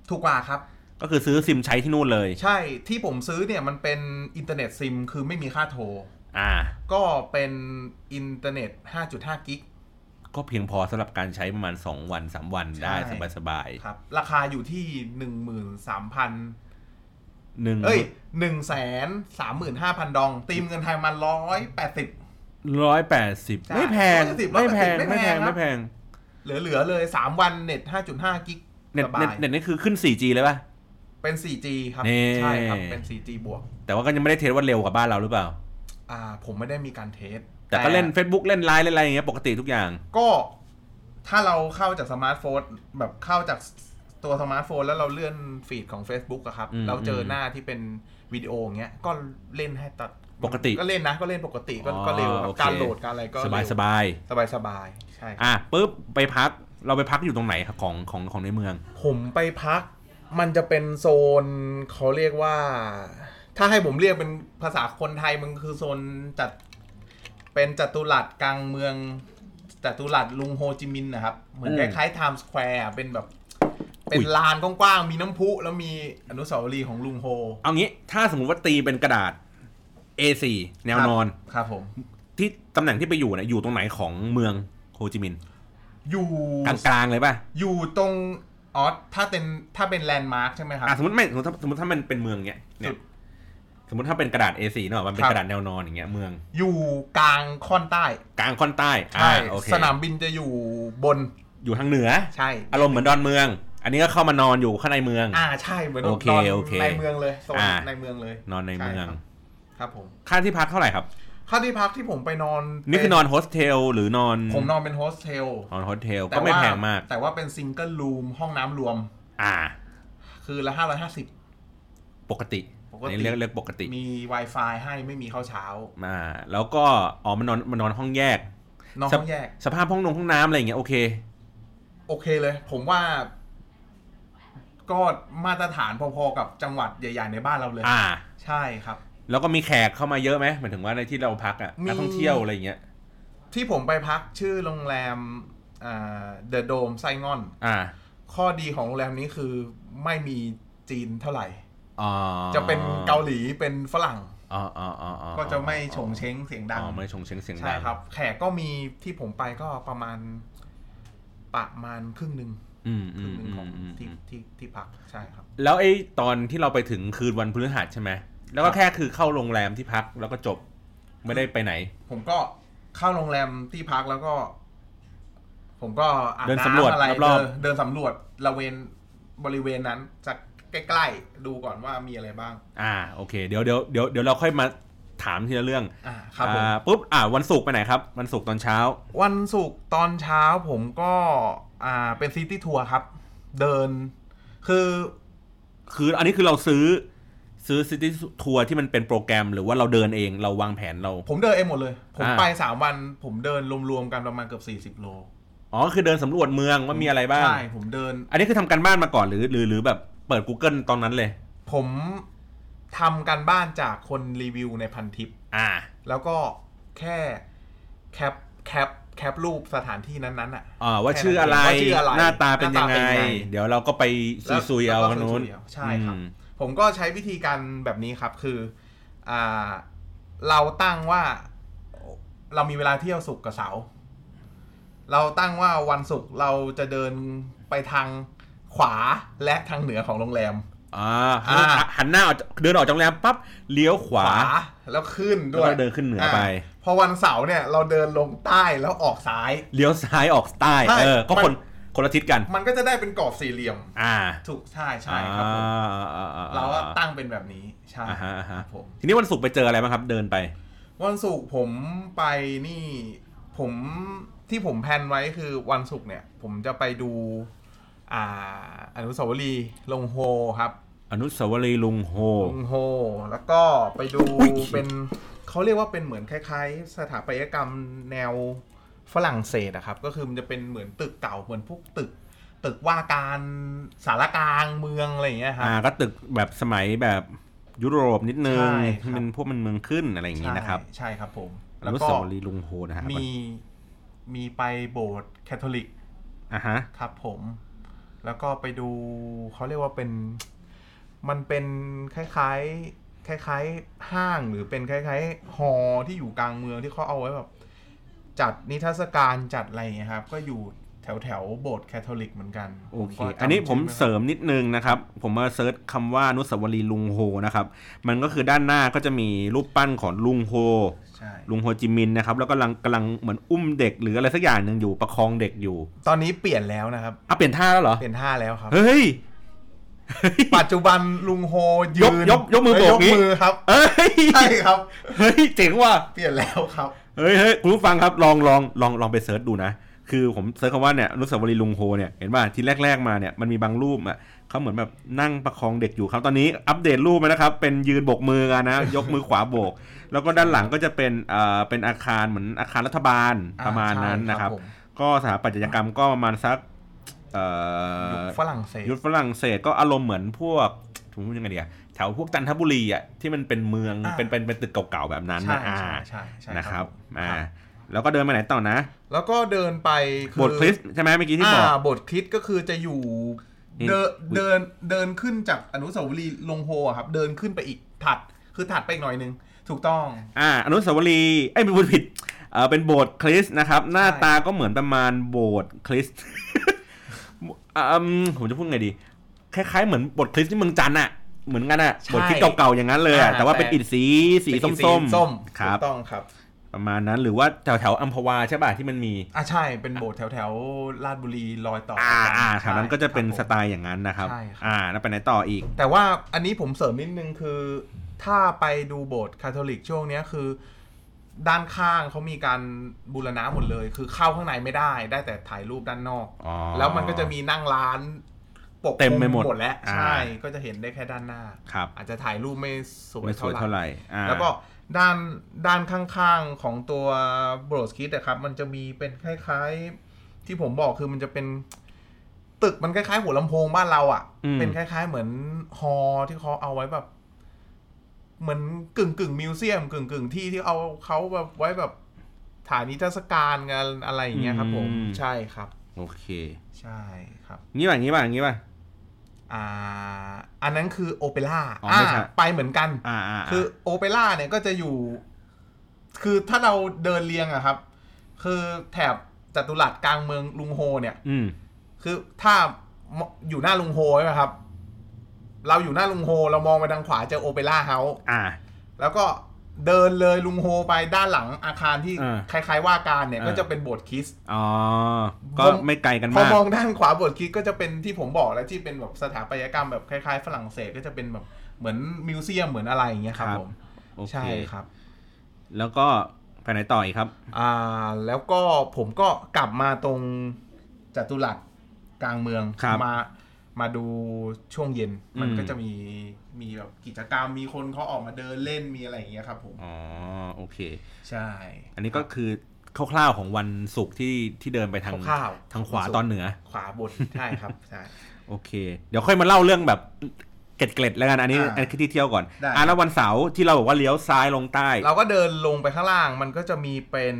ถูกกว่าครับ
ก็คือซื้อซิมใช้ที่นู่นเลย
ใช่ที่ผมซื้อเนี่ยมันเป็นอินเทอร์เน็ตซิมคือไม่มีค่าโทร
อ่า
ก็เป็นอินเทอร์เน็ต 5.5 กิก
ก็เพียงพอสำหรับการใช้ประมาณ 2 วัน 3 วันได้
ใช่
สบายสบาย
ครับ ราคาอยู่ที่ 13,000
ๆหนึ่ง
เอ้ย 135,000 ดอง ตีมเงินไทยมา 180
ร้อยแปดสิบ
ใช่
ไม่แพง
180
ไม่แพง
ไม่
ไม่
แพ
แพ
ง
ง
ครับ
ไม่แพง
เหลือๆเลย 3 วันเน็ต 5.5 กิก
เน็ต
สบาย
เน็ตเน็ตนี่คือขึ้น 4G เลยป่ะ
เป็น 4G ครับ
นี่
ใช่ครับเป็น 4G บวก
แต่ว่าก็ยังไม่ได้เทสว่าเร็วกว่าบ้านเราหรือเปล่า
อ่า ผมไม่ได้มีการเทส
แต่ก็เล่น Facebook เล่นไลน์เล่นอะไรอย่างเงี้ยปกติทุกอย่าง
ก็ถ้าเราเข้าจากสมาร์ทโฟนแบบเข้าจากตัวสมาร์ทโฟนแล้วเราเลื่อนฟีดของ Facebook อะครับ
อืม
เราเจอหน้าที่เป็นวิดีโออย่างเงี้ยก็เล่นให้ตัด
ปกติ
ก็เล่นนะก็เล่นปกติก็
อ๋อ
ก็เร็วครั
โอบ เค
การโหลดการอะไรก็
สบายส
เร็ว
บาย
สบายสบายใช่ครับ
อ่ะปุ๊บไปพักเราไปพักอยู่ตรงไหนครับของของของในเมือง
ผมไปพัก มันจะเป็นโซนเขาเรียกว่า ถ้าให้ผมเรียกเป็นภาษาคนไทยมันคือโซนจัดเป็นจัตุรัสกลางเมืองจัตุรัสลุงโฮจิมินห์นะครับ เหมือน
อื
ค
ม
ล้ายๆไทม์สแควร์เป็นแบบ
อุ๊
เป็
ย
นลานกว้างๆ มีน้ำพุ แล้วมีอนุสาวรีย์ของลุงโฮ
เอางี้ถ้าสมมุติว่าตีเป็นกระดาษ A4 แนวนอน
ครับครับผม
ที่ตำแหน่งที่ไปอยู่เนี่ยอยู่ตรงไหนของเมืองโฮจิมินห์
อยู่
กลางๆเลยป่ะ
อยู่ตรงอ๋อถ้าเป็นถ้าเป็นแลนด์มาร์คใช่ไหมครับ
อ่ะสมมติไม่สมมติถ้าสมมติถ้ามันเป็นเมืองเนี้ยเนี่ยสมมติถ้าเป็นกระดาษ A4 เนอะมันเป็น
ครับ
กระดาษแนวนอนอย่างเงี้ยเมือง
อยู่กลางค่อนใต้
กลางค่อนใต้อ่า
ใช่
โอเค
สนามบินจะอยู่บน
อยู่ทางเหนือ
ใช่
อารมณ์เหมือนดอนเมือง อันนี้ก็เข้ามานอนอยู่ข้างในเมือง
อ่าใช่เหมือน
โอเค
ตอน
โอเค
ในเมืองเลยโซน
อ่า
ในเมืองเลย
นอนในเมือง
ช่ครับครับผม
ค่าที่พักเท่าไหร่ครับ
ค่าที่พักที่ผมไปนอน
นี่คือนอนโฮสเทลหรือนอน
ผมนอนเป็นโฮสเทล
นอนโฮสเทลก็ไม่แพงมาก
แต่ว่าเป็นซิงเกิลรูมห้องน้ำรวม
อ่า
คือละห้าร้อยห้าสิบ
ปกติ
ปกติ
อันนี่เรียกเรียกปกติ
มี Wi-Fi ให้ไม่มีข้าวเช้า
อ่า แล้วก็อ๋อมันนอนมันนอนห้องแยก
นอน
สั
ห้
บ
องแยก
สภาพห้องนงห้องน้ำอะไรอย่างเงี้ยโอเค
โอเคเลย ผมว่า ก็มาตรฐานพอๆกับจังหวัดใหญ่ ๆ ในบ้านเราเลย
อ่า
ใช่ครับ
แล้วก็มีแขกเข้ามาเยอะไหมหมายถึงว่าในที่เราพักอ่ะ
มี
นักท่องเที่ยวอะไรอย่างเงี้ย
ที่ผมไปพักชื่อโรงแรมเดอะโดมไซงอน
อ่า
ข้อดีของโรงแรมนี้คือไม่มีจีนเท่าไหร่
อ๋อ
จะเป็นเกาหลีเป็นฝรั่ง
อ๋ออ๋ออ๋ออ๋อ
ก็จะไม่ฉงเช้งเสียงดัง
อ๋อไม่ชงเสียงเสียงดัง
ใช่ครับ แขกก็มีที่ผมไปก็ประมาณประมาณครึ่งหนึ่ง
อืม
ค
อืม
รึ่งหนึ่ง
อืม
ของ
อืม
ที่ที่ที่พักใช่ครับ
แล้วไอ้ตอนที่เราไปถึงคืนวันพฤหัสใช่ไหม แล้วก็
ครับ
แค่คือเข้าโรงแรมที่พักแล้วก็จบไม่ได้ไปไหน
ผมก็เข้าโรงแรมที่พักแล้วก็ ผมก็อาบ
เดินสำรวจ
น้ำอะไร
รอบๆ
เดินเดินสำรวจละเวนบริเวณนั้นจากใกล้ๆดูก่อนว่ามีอะไรบ้าง
อ่าโอเคเดี๋ยวเดี๋ยวเดี๋ยวเดี๋ยวเราค่อยมาถามทีละเรื่อง
อ่าครับผม
อ่าปุ๊บอ่าวันศุกร์ไปไหนครับ วันศุกร์ตอนเช้า
วันศุกร์ตอนเช้าผมก็อ่าเป็นซิตี้ทัวร์ครับ เดิน คือ
คืออันนี้คือเราซื้อซื้อซิตี้ทัวร์ที่มันเป็นโปรแกรม หรือว่าเราเดินเองเราวางแผนเรา
ผมเดินเองหมดเลย ผม
อ่า
ไปสามวัน ผมเดินรวมๆกันประมาณเกือบสี่สิบ40 โล
อ๋อคือเดินสำรวจเมืองว่ามีอะไรบ้าง
ใช่ผมเดิน
อันนี้คือทำการบ้านมาก่อนหรือหรือหรือแบบเปิด Google ตอนนั้นเลย
ผมทำการบ้านจากคนรีวิวในพันทิป
อ่า
แล้วก็แค่แคปแคปแคปรูปสถานที่นั้นๆอ่ะ
อ่าว่าชื่ออะไร
แค่นั้นเองว่าชื่ออะไร
หน้าตาเป็นยัง
ห
ไง
น้าตาเป็นยังไง
เดี๋ยวเราก็ไป
แล้ว
ซุยๆเอา
แล้วก็
กันนู้น
ซุยๆเอาใช่ครับ
อืม
ผมก็ใช้วิธีการแบบนี้ครับคืออ่าเราตั้งว่าเรามีเวลาเที่ยวศุกร์กับเสาร์เราตั้งว่าวันศุกร์เราจะเดินไปทางขวาและทางเหนือของโรงแรม
อ่า
อ่า
หันหน้าออกเดินออกจากโรงแรมปั๊บเลี้ยวขวา
แล้วขึ้น
แล้
ด้
ว
วย
ก็เดินขึ้นเหนืออ่
า
ไป
พอวันเสาร์เนี่ยเราเดินลงใต้แล้วออกซ้าย
เลี้ยวซ้ายออกใต้
ใช่
เออก็คน
มัน
คนละทิศกัน
มันก็จะได้เป็นกรอบสี่เหลี่ยม
อ่า
ถูกใช่ใช่ครับผม
อ่อ่อ่อ่
เราก็ตั้งเป็นแบบนี้ใช่
อ่าฮะอ่า
ค
ฮะ
รับผม
ทีนี้วันศุกร์ไปเจออะไรบ้างครับ เดินไป
วันศุกร์ผมไปนี่ผมที่ผมแพลนไว้คือวันศุกร์เนี่ย ผมจะไปดู อ่า อนุสาวรีย์ลงโฮครับ
อนุสาวรีย์ลุงโฮ
ลงโฮ แล้วก็ไปดู
อุ๊ย
เป็นเขาเรียกว่าเป็นเหมือนคล้ายๆ สถาปัตยกรรมแนวฝรั่งเศสอะครับ ก็คือมันจะเป็นเหมือนตึกเก่าเหมือนพวกตึก ตึกว่าการสารกลางเมืองอะไรอย่างเงี้ยครับ
อ่าก็ตึกแบบสมัยแบบยุโรปนิดนึง
ใช่ครับ
ที่มันพวกมันเมืองขึ้นอะไรอย่างนี้นะครับ
ใช่ใช่ครับผม
อ
แล้ว
นุ
ก็
สาวรีย์ลุงโฮนะฮะ
มีมีไปโบสถ์แคทอลิก
อ่าฮะ
ครับผม แล้วก็ไปดูเขาเรียกว่าเป็น มันเป็นคล้ายๆ คล้ายๆ ห้างหรือเป็นคล้ายๆฮอที่อยู่กลางเมืองที่เขาเอาไว้แบบ จัดนิทรรศการจัดอะไรอย่างเงี้ยครับ ก็อยู่ แถวแถวๆโบสถ์แคทอลิกเหมือนกัน
โอเค
ก็จำ
อันนี้ผม
ชื่ไไค่อย
เสริมนิดนึงนะครับ ผมมาเซิร์ชคำว่าอนุสาวรีย์ลุงโฮนะครับ มันก็คือด้านหน้าก็จะมีรูปปั้นของลุงโฮ
ใช่
ลุงโฮจิมินห์นะครับ แล้วก็กำลังกำลังเหมือนอุ้มเด็กหรืออะไรสักอย่างหนึ่งอยู่ประคองเด็กอยู่
ตอนนี้เปลี่ยนแล้วนะครับ
อ่ะเปลี่ยนท่าแล้วเหรอ
เปลี่ยนท่าแล้วครับ
เฮ้ย [laughs]
ปัจจุบันลุงโฮยืน
ยกยกยกมือ
และ
โบกงี้
ยมือ
[laughs]
ครับ
เอ้ย
ใช่ครับ
เฮ้ยเจ๋งว่ะ
เปลี่ยนแล้วครับ
เฮ้ยเฮ้ยคุณผู้ฟังครับลองลองลองลองไปเซิร์ชดูนะ คือผมเซิร์ชคำว่าเนี่ยอนุสาวรีย์ลุงโฮเนี่ยเห็นป่ะที่แรก ๆมาเนี่ยมันมีบางรูปอ่ะเขาเหมือนแบบนั่งประคองเด็กอยู่ครับ ตอนนี้อัปเดตรูปมานะครับ เป็นยืนโบกมือกัน [laughs] นะ ยกมือขวาโบก แล้วก็ด้านหลังก็จะเป็นเอ่อเป็นอาคารเหมือนอาคารรัฐบาลประมาณนั้นนะครับ
อ่าใช่ครับผม
ก็สถาปัตยกรรมก็ประมาณสักเอ่อ
ฝรั่งเศส
ยุคฝรั่งเศสก็อารมณ์เหมือนพวกผมพูดยังไงดีอะแถวพวกจันทบุรีอะที่มันเป็นเมือง
อ่า
เป็นเป็นเป็นตึกเก่าๆแบบนั้น
ใช่
นะอ่า
ใช่ใช่ใช่
นะครับ
ผม
อ่า
ครับ
แล้วก็เดินไปไหนต่อนะ
แล้วก็เดินไปอบ
ทคริสต์ใช่ไหมเมื่อกี้ที่
อ่า
บอก
บทคริสต์ก็คือจะอยู่
นี่
เดินเดินเดินขึ้นจากอนุสาวรีย์ลงโฮอะครับ เดินขึ้นไปอีกถัดคือถัดไปอีกหน่อยนึง ถูกต้อง
อ่าอนุสาวรีย์เอ้ยไม่พูดผิดเออเป็นโบสถ์คริสต์นะครับ หน้า
ใช่
ตาก็เหมือนประมาณโบสถ์คริสต์ [laughs] อ่าอืมผมจะพูดไงดี คล้ายๆเหมือนโบสถ์คริสต์ที่เมืองจันทร์อะเหมือนกันอะ
ใช่
โบสถ์คริสต์เก่าๆอย่างนั้นเลยอะ
อ่า
แต่ว่าเป็น
แต่
อิฐสีสี
เป็น
ส้ม
สี
ๆ
ส้ม
ค
ถู
รับ
กต้องครับ
ประมาณนั้นหรือว่าแถวแถวๆอัมพวาใช่ป่ะที่มันมี
อ่าใช่เป็นโบสถ์แถวแถวๆลาดบุรีรอยต่อ
อ่าอ่าแถ
ใช่
วนั้นก็จะเป็น
ครับผม
สไตล์อย่างนั้นนะครับ
ใช่ครับ
อ่า แล้วไปไหนต่ออีก
แต่ว่าอันนี้ผมเสริมนิดนึงคือ ถ้าไปดูโบสถ์คาทอลิกช่วงเนี้ยคือ ด้านข้างเขามีการบูรณะหมดเลย คือเข้าข้างในไม่ได้ได้แต่ถ่ายรูปด้านนอก
อ๋อ
แล้วมันก็จะมีนั่งร้านปกคลุ
เต็มไปหมด
หมดแล้ว
อ่า
ใช่ก็จะเห็นได้แค่ด้านหน้า
ครับ
อาจจะถ่ายรูปไม่สวย
ไม่สวย
เท่า
เท่า
ไห
ไห
ร่
ร่อ่า
แล้วก็ด้านด้านข้างๆของตัวโบรสคิดนะครับ มันจะมีเป็นคล้ายๆ ที่ผมบอกคือมันจะเป็น ตึกมันคล้ายๆหัวลำโพงบ้านเราอะ่ะ เป็นคล้าย ๆ เหมือนฮอลล์ที่เขาเอาไว้แบบ เหมือนกึ่งกึ่งๆมิวเซียมกึ่งกึ่งๆที่ที่เอาเขาแบบไว้แบบถ่ายนิทรรศการกันอะไรอย่างเงี้ยครับ ผมใช่ครับ
โอเค
ใช่ครับ
งี้ป่ะงี้ป่ะงี้ป่ะ
อ่า อันนั้นคือโอเปร่า
อ๋อไม่ใช่
าไปเหมือนกัน
อ่าอ่าา
คือโอเปร่าเนี่ยก็จะอยู่ คือถ้าเราเดินเรียงอะครับ คือแถบจัตุรัสกลางเมืองลุงโฮเนี่ย
อืม
คือถ้าอยู่หน้าลุงโฮใช่ไหมครับ เราอยู่หน้าลุงโฮ เรามองไปทางขวาเจอโอเปร่าเฮาส์
อ่า
แล้วก็เดินเลยลุงโฮไปด้านหลังอาคารที่
อ่า
คล้ายๆว่าการเนี่ย
อ่า
ก็จะเป็นโบสถ์คริสต์
อ๋อ ก็
ผม
ไม่ไกลกัน
พอ
มาก
มองด้านขวาโบสถ์คริสต์ก็จะเป็นที่ผมบอกแล้วที่เป็นแบบสถาปัตยกรรมแบบคล้ายๆ ฝรั่งเศสก็จะเป็นแบบเหมือนมิวเซียมเหมือนอะไรอย่างเงี้ยครับ
ครับ
ผม
โอเค
ใช่ครับ
แล้วก็ไปไหนต่ออีกครับ
อ่าแล้วก็ผมก็กลับมาตรงจัตุรัสกลางเมือง
ครับ
มามาดูช่วงเย็นมันก็จะมีมีแบบกิจกรรมมีคนเขาออกมาเดินเล่นมีอะไรอย่างเงี้ยครับผม
อ๋อ โอเค
ใช่
อันนี้ก็คือคร่าวๆของวันศุกร์ที่ที่เดินไปทาง
คร่าว
ทางขวาตอนเหนือ
ขวาบนใช่ครับใช่
โอเค เดี๋ยวค่อยมาเล่าเรื่องแบบเกล็ดๆแล้วกัน อันนี้
อ่า
อันคือที่เที่ยวก่อน
ได้
อ่าแล้ววันเสาร์ที่เราบอกว่าเลี้ยวซ้ายลงใต้
เราก็เดินลงไปข้างล่างมันก็จะมีเป็น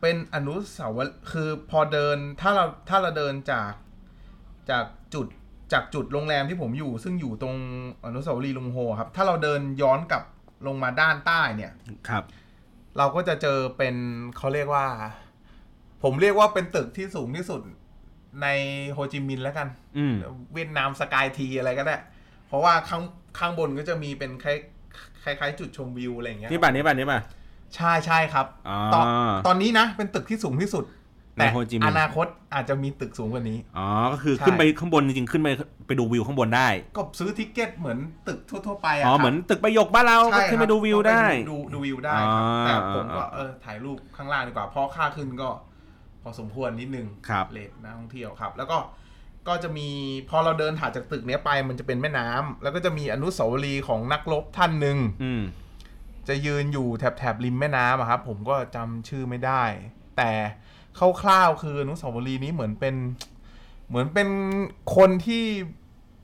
เป็นอนุสาวรีย์คือพอเดินถ้าเราถ้าเราเดินจากจากจุดจากจุดโรงแรมที่ผมอยู่ ซึ่งอยู่ตรงอนุสาวรีย์ลุงโฮครับ ถ้าเราเดินย้อนกลับลงมาด้านใต้เนี่ย
ครับ
เราก็จะเจอเป็นเขาเรียกว่า ผมเรียกว่าเป็นตึกที่สูงที่สุดในโฮจิมินห์แล้วกัน
อืม
เวียดนามสกายทีอะไรก็ได้ เพราะว่าข้างข้างบนก็จะมีเป็นคล้ายคล้ายๆ จุดชมวิวอะไรอย่างเงี้ย
นี่ป่ะนี่ป่ะนี่ป่ะ
ใช่ใช่ครับ
อ่า
ตอนตอนนี้นะ เป็นตึกที่สูงที่สุด
ใน
แต่
โฮจิมินห์
อนาคตอาจจะมีตึกสูงกว่านี้
อ๋อ ก็คือ
ใช่
ขึ้นไปข้างบนจริงๆ ขึ้นไปไปดูวิวข้างบนได้
ก็ซื้อทิกเก็ตเหมือนตึกทั่ว ๆ ไปอะ
อ๋อ
ครับ
เหมือนตึกประโยคบ้านเราก็
ใช่ครับ
ขึ้นไปดูวิวได้
ก็ปดูดูวิวได้ครับ
อ่า
แต่ผมก็
อ่า
เออถ่ายรูปข้างล่างดีกว่า เพราะค่าขึ้นก็ พอสมควรนิดนึง
ครับ
เลทนักท่องเที่ยวครับ แล้วก็ก็จะมีพอเราเดินถ่ายจากตึกเนี้ยไปมันจะเป็นแม่น้ำแล้วก็จะมีอนุสาวรีย์ของนักรบท่านหนึ่ง
อืม
จะยืนอยู่แถบแถบริมแม่น้ำอะครับ ผมก็จำชื่อไม่ได้ แต่คร่าวๆคืออนุสาวรีย์นี้เหมือนเป็น เหมือนเป็นคนที่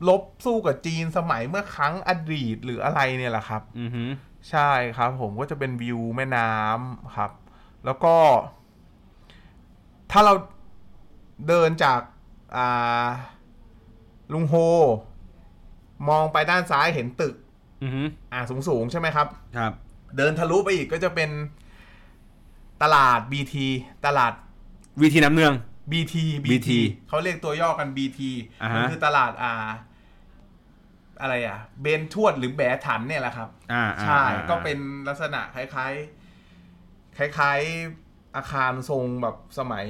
ลบสู้กับจีนสมัยเมื่อครั้งอดีตหรืออะไรเนี่ยแหละครับ
อือหือ
ใช่ครับ ผมก็จะเป็นวิวแม่น้ำครับ แล้วก็ ถ้าเราเดินจากอ่าลุงโฮ มองไปด้านซ้ายเห็นตึก
อือหือ
อ่าสูงๆใช่ไหมครับ
ครับ
เดินทะลุไปอีกก็จะเป็นตลาด BT ตลาด
วิธีน้ำเนือง
BT
BT
เขาเรียกตัวย่อกัน BT
อ่าฮะ
มัคือตลาดอ่า อะไรอ่ะ เบนทวดหรือแบถันเนี่ยแหละครับ
อ่าอ่า
ใช่
อ่า
ก็เป็นลักษณะคล้ายๆ คล้ายๆ อาคารทรงแบบสมัย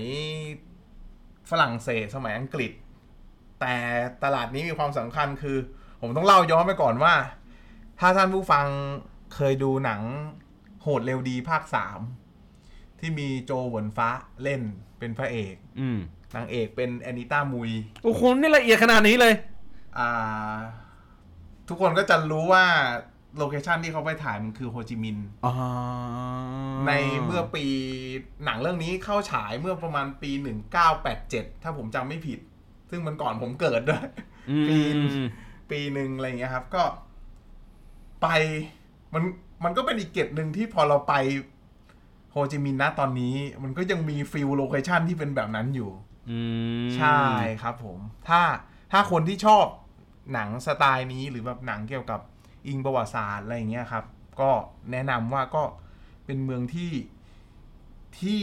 ฝรั่งเศสสมัยอังกฤษ แต่ตลาดนี้มีความสำคัญคือ ผมต้องเล่าย้อนไปก่อนว่า ถ้าท่านผู้ฟังเคยดูหนังโหดเร็วดีภาคสามที่มีโจหวนฟ้าเล่นเป็นพระเอก
อืม
นางเอกเป็นแอนิต้ามุย
โอ้โหนี่ละเอียดขนาดนี้เลย
อ่า ทุกคนก็จะรู้ว่าโลเคชันที่เขาไปถ่ายมันคือโฮจิมินห์
อ๋อ
ในเมื่อปีหนังเรื่องนี้เข้าฉายเมื่อประมาณปี 1987 ถ้าผมจำไม่ผิด ซึ่งมันก่อนผมเกิดด้วย [laughs]
อืม
ปีน ปีหนึ่งอะไรอย่างเงี้ยครับ ก็ ไปมันมันก็เป็นอีกเกตหนึ่งที่พอเราไปโฮจิมินห์นะตอนนี้ มันก็ยังมีฟิลโลเคชันที่เป็นแบบนั้นอยู่
อืม
ใช่ครับผม ถ้าถ้าคนที่ชอบหนังสไตล์นี้หรือแบบหนังเกี่ยวกับอิงประวัติศาสตร์อะไรอย่างเงี้ยครับ ก็แนะนำว่าก็เป็นเมืองที่ที่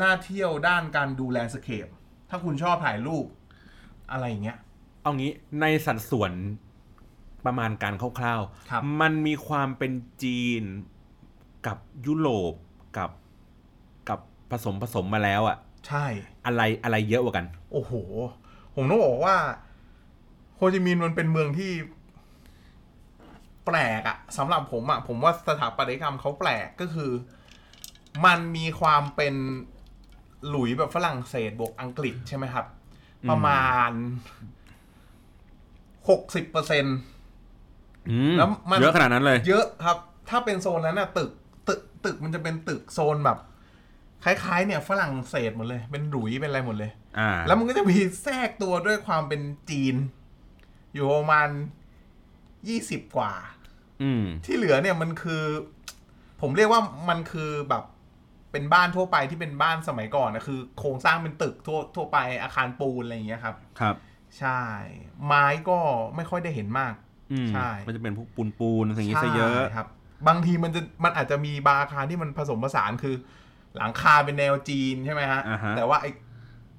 น่าเที่ยวด้านการดูแลนด์สเคปถ้าคุณชอบถ่ายรูปอะไรอย่างเงี้ย
เอางี้ในสัดส่วนประมาณการคร่าว
ครับ
ๆมันมีความเป็นจีนกับยุโรปกับกับผสมผสมมาแล้วอะ
ใช่
อะไรอะไรเยอะกว่ากัน
โอ้โห ผมต้องบอกว่าโฮจิมินห์มันเป็นเมืองที่ แปลกอะสำหรับผมอะผมว่าสถาปัตยกรรมเขาแปลกก็คือ มันมีความเป็นหลุยแบบฝรั่งเศสบวกอังกฤษใช่ไหมครับ
อืม
ประมาณหกสิบเปอร์เซ็น
อืม
แล้วมัน
เยอะขนาดนั้นเลย
เยอะครับ ถ้าเป็นโซนนั้นอะตึก ตึก ตึกมันจะเป็นตึกโซนแบบ คล้ายๆ เนี่ยฝรั่งเศสหมดเลย เป็นหลุยเป็นอะไรหมดเลย
อ่า
แล้วมันก็จะมีแทรกตัวด้วยความเป็นจีน อยู่ประมาณยี่สิบกว่า
อืม
ที่เหลือเนี่ยมันคือ ผมเรียกว่ามันคือแบบเป็นบ้านทั่วไปที่เป็นบ้านสมัยก่อนนะคือ โครงสร้างเป็นตึกทั่วทั่วไปอาคารปูนอะไรอย่างเงี้ยครับ
ครับ
ใช่ ไม้ก็ไม่ค่อยได้เห็นมาก
อืม
ใช่
มันจะเป็นพวกปูนปูนๆสิ่างนี้ซะเยอะ
ใช่ครับ บางทีมันจะมันอาจจะมีบางอาคารที่มันผสมผสานคือ หลังคาเป็นแนวจีนใช่ไหมฮะ
อ่าฮะ
แต่ว่าไอ้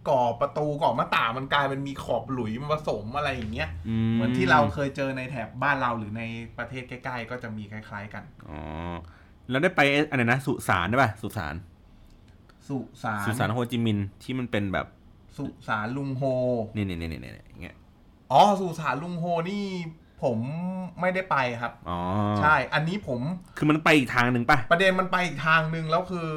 กรอบประตูกรอบหน้าต่างมันกลายเป็นมีขอบหลุยมาผสมอะไรอย่างเงี้ย เหมือนที่เราเคยเจอในแถบบ้านเราหรือในประเทศใกล้ๆ ก็จะมีคล้ายๆกัน
อ๋อแล้วได้ไปเอ๊ะอะไรนะสุสานได้ป่ะสุสาน
สุสาน
สุสานโฮจิมินห์ที่มันเป็นแบบ
สุสานลุงโฮ
นี่นี่นี่นี่นี่อย่างเงี้ย
อ๋อ สุสานลุงโฮนี่ผมไม่ได้ไปครับ
อ๋อ
ใช่ อันนี้ผม
คือมันไปอีกทางหนึ่งป่ะ
ประเด็นมันไปอีกทางหนึ่งแล้วคือ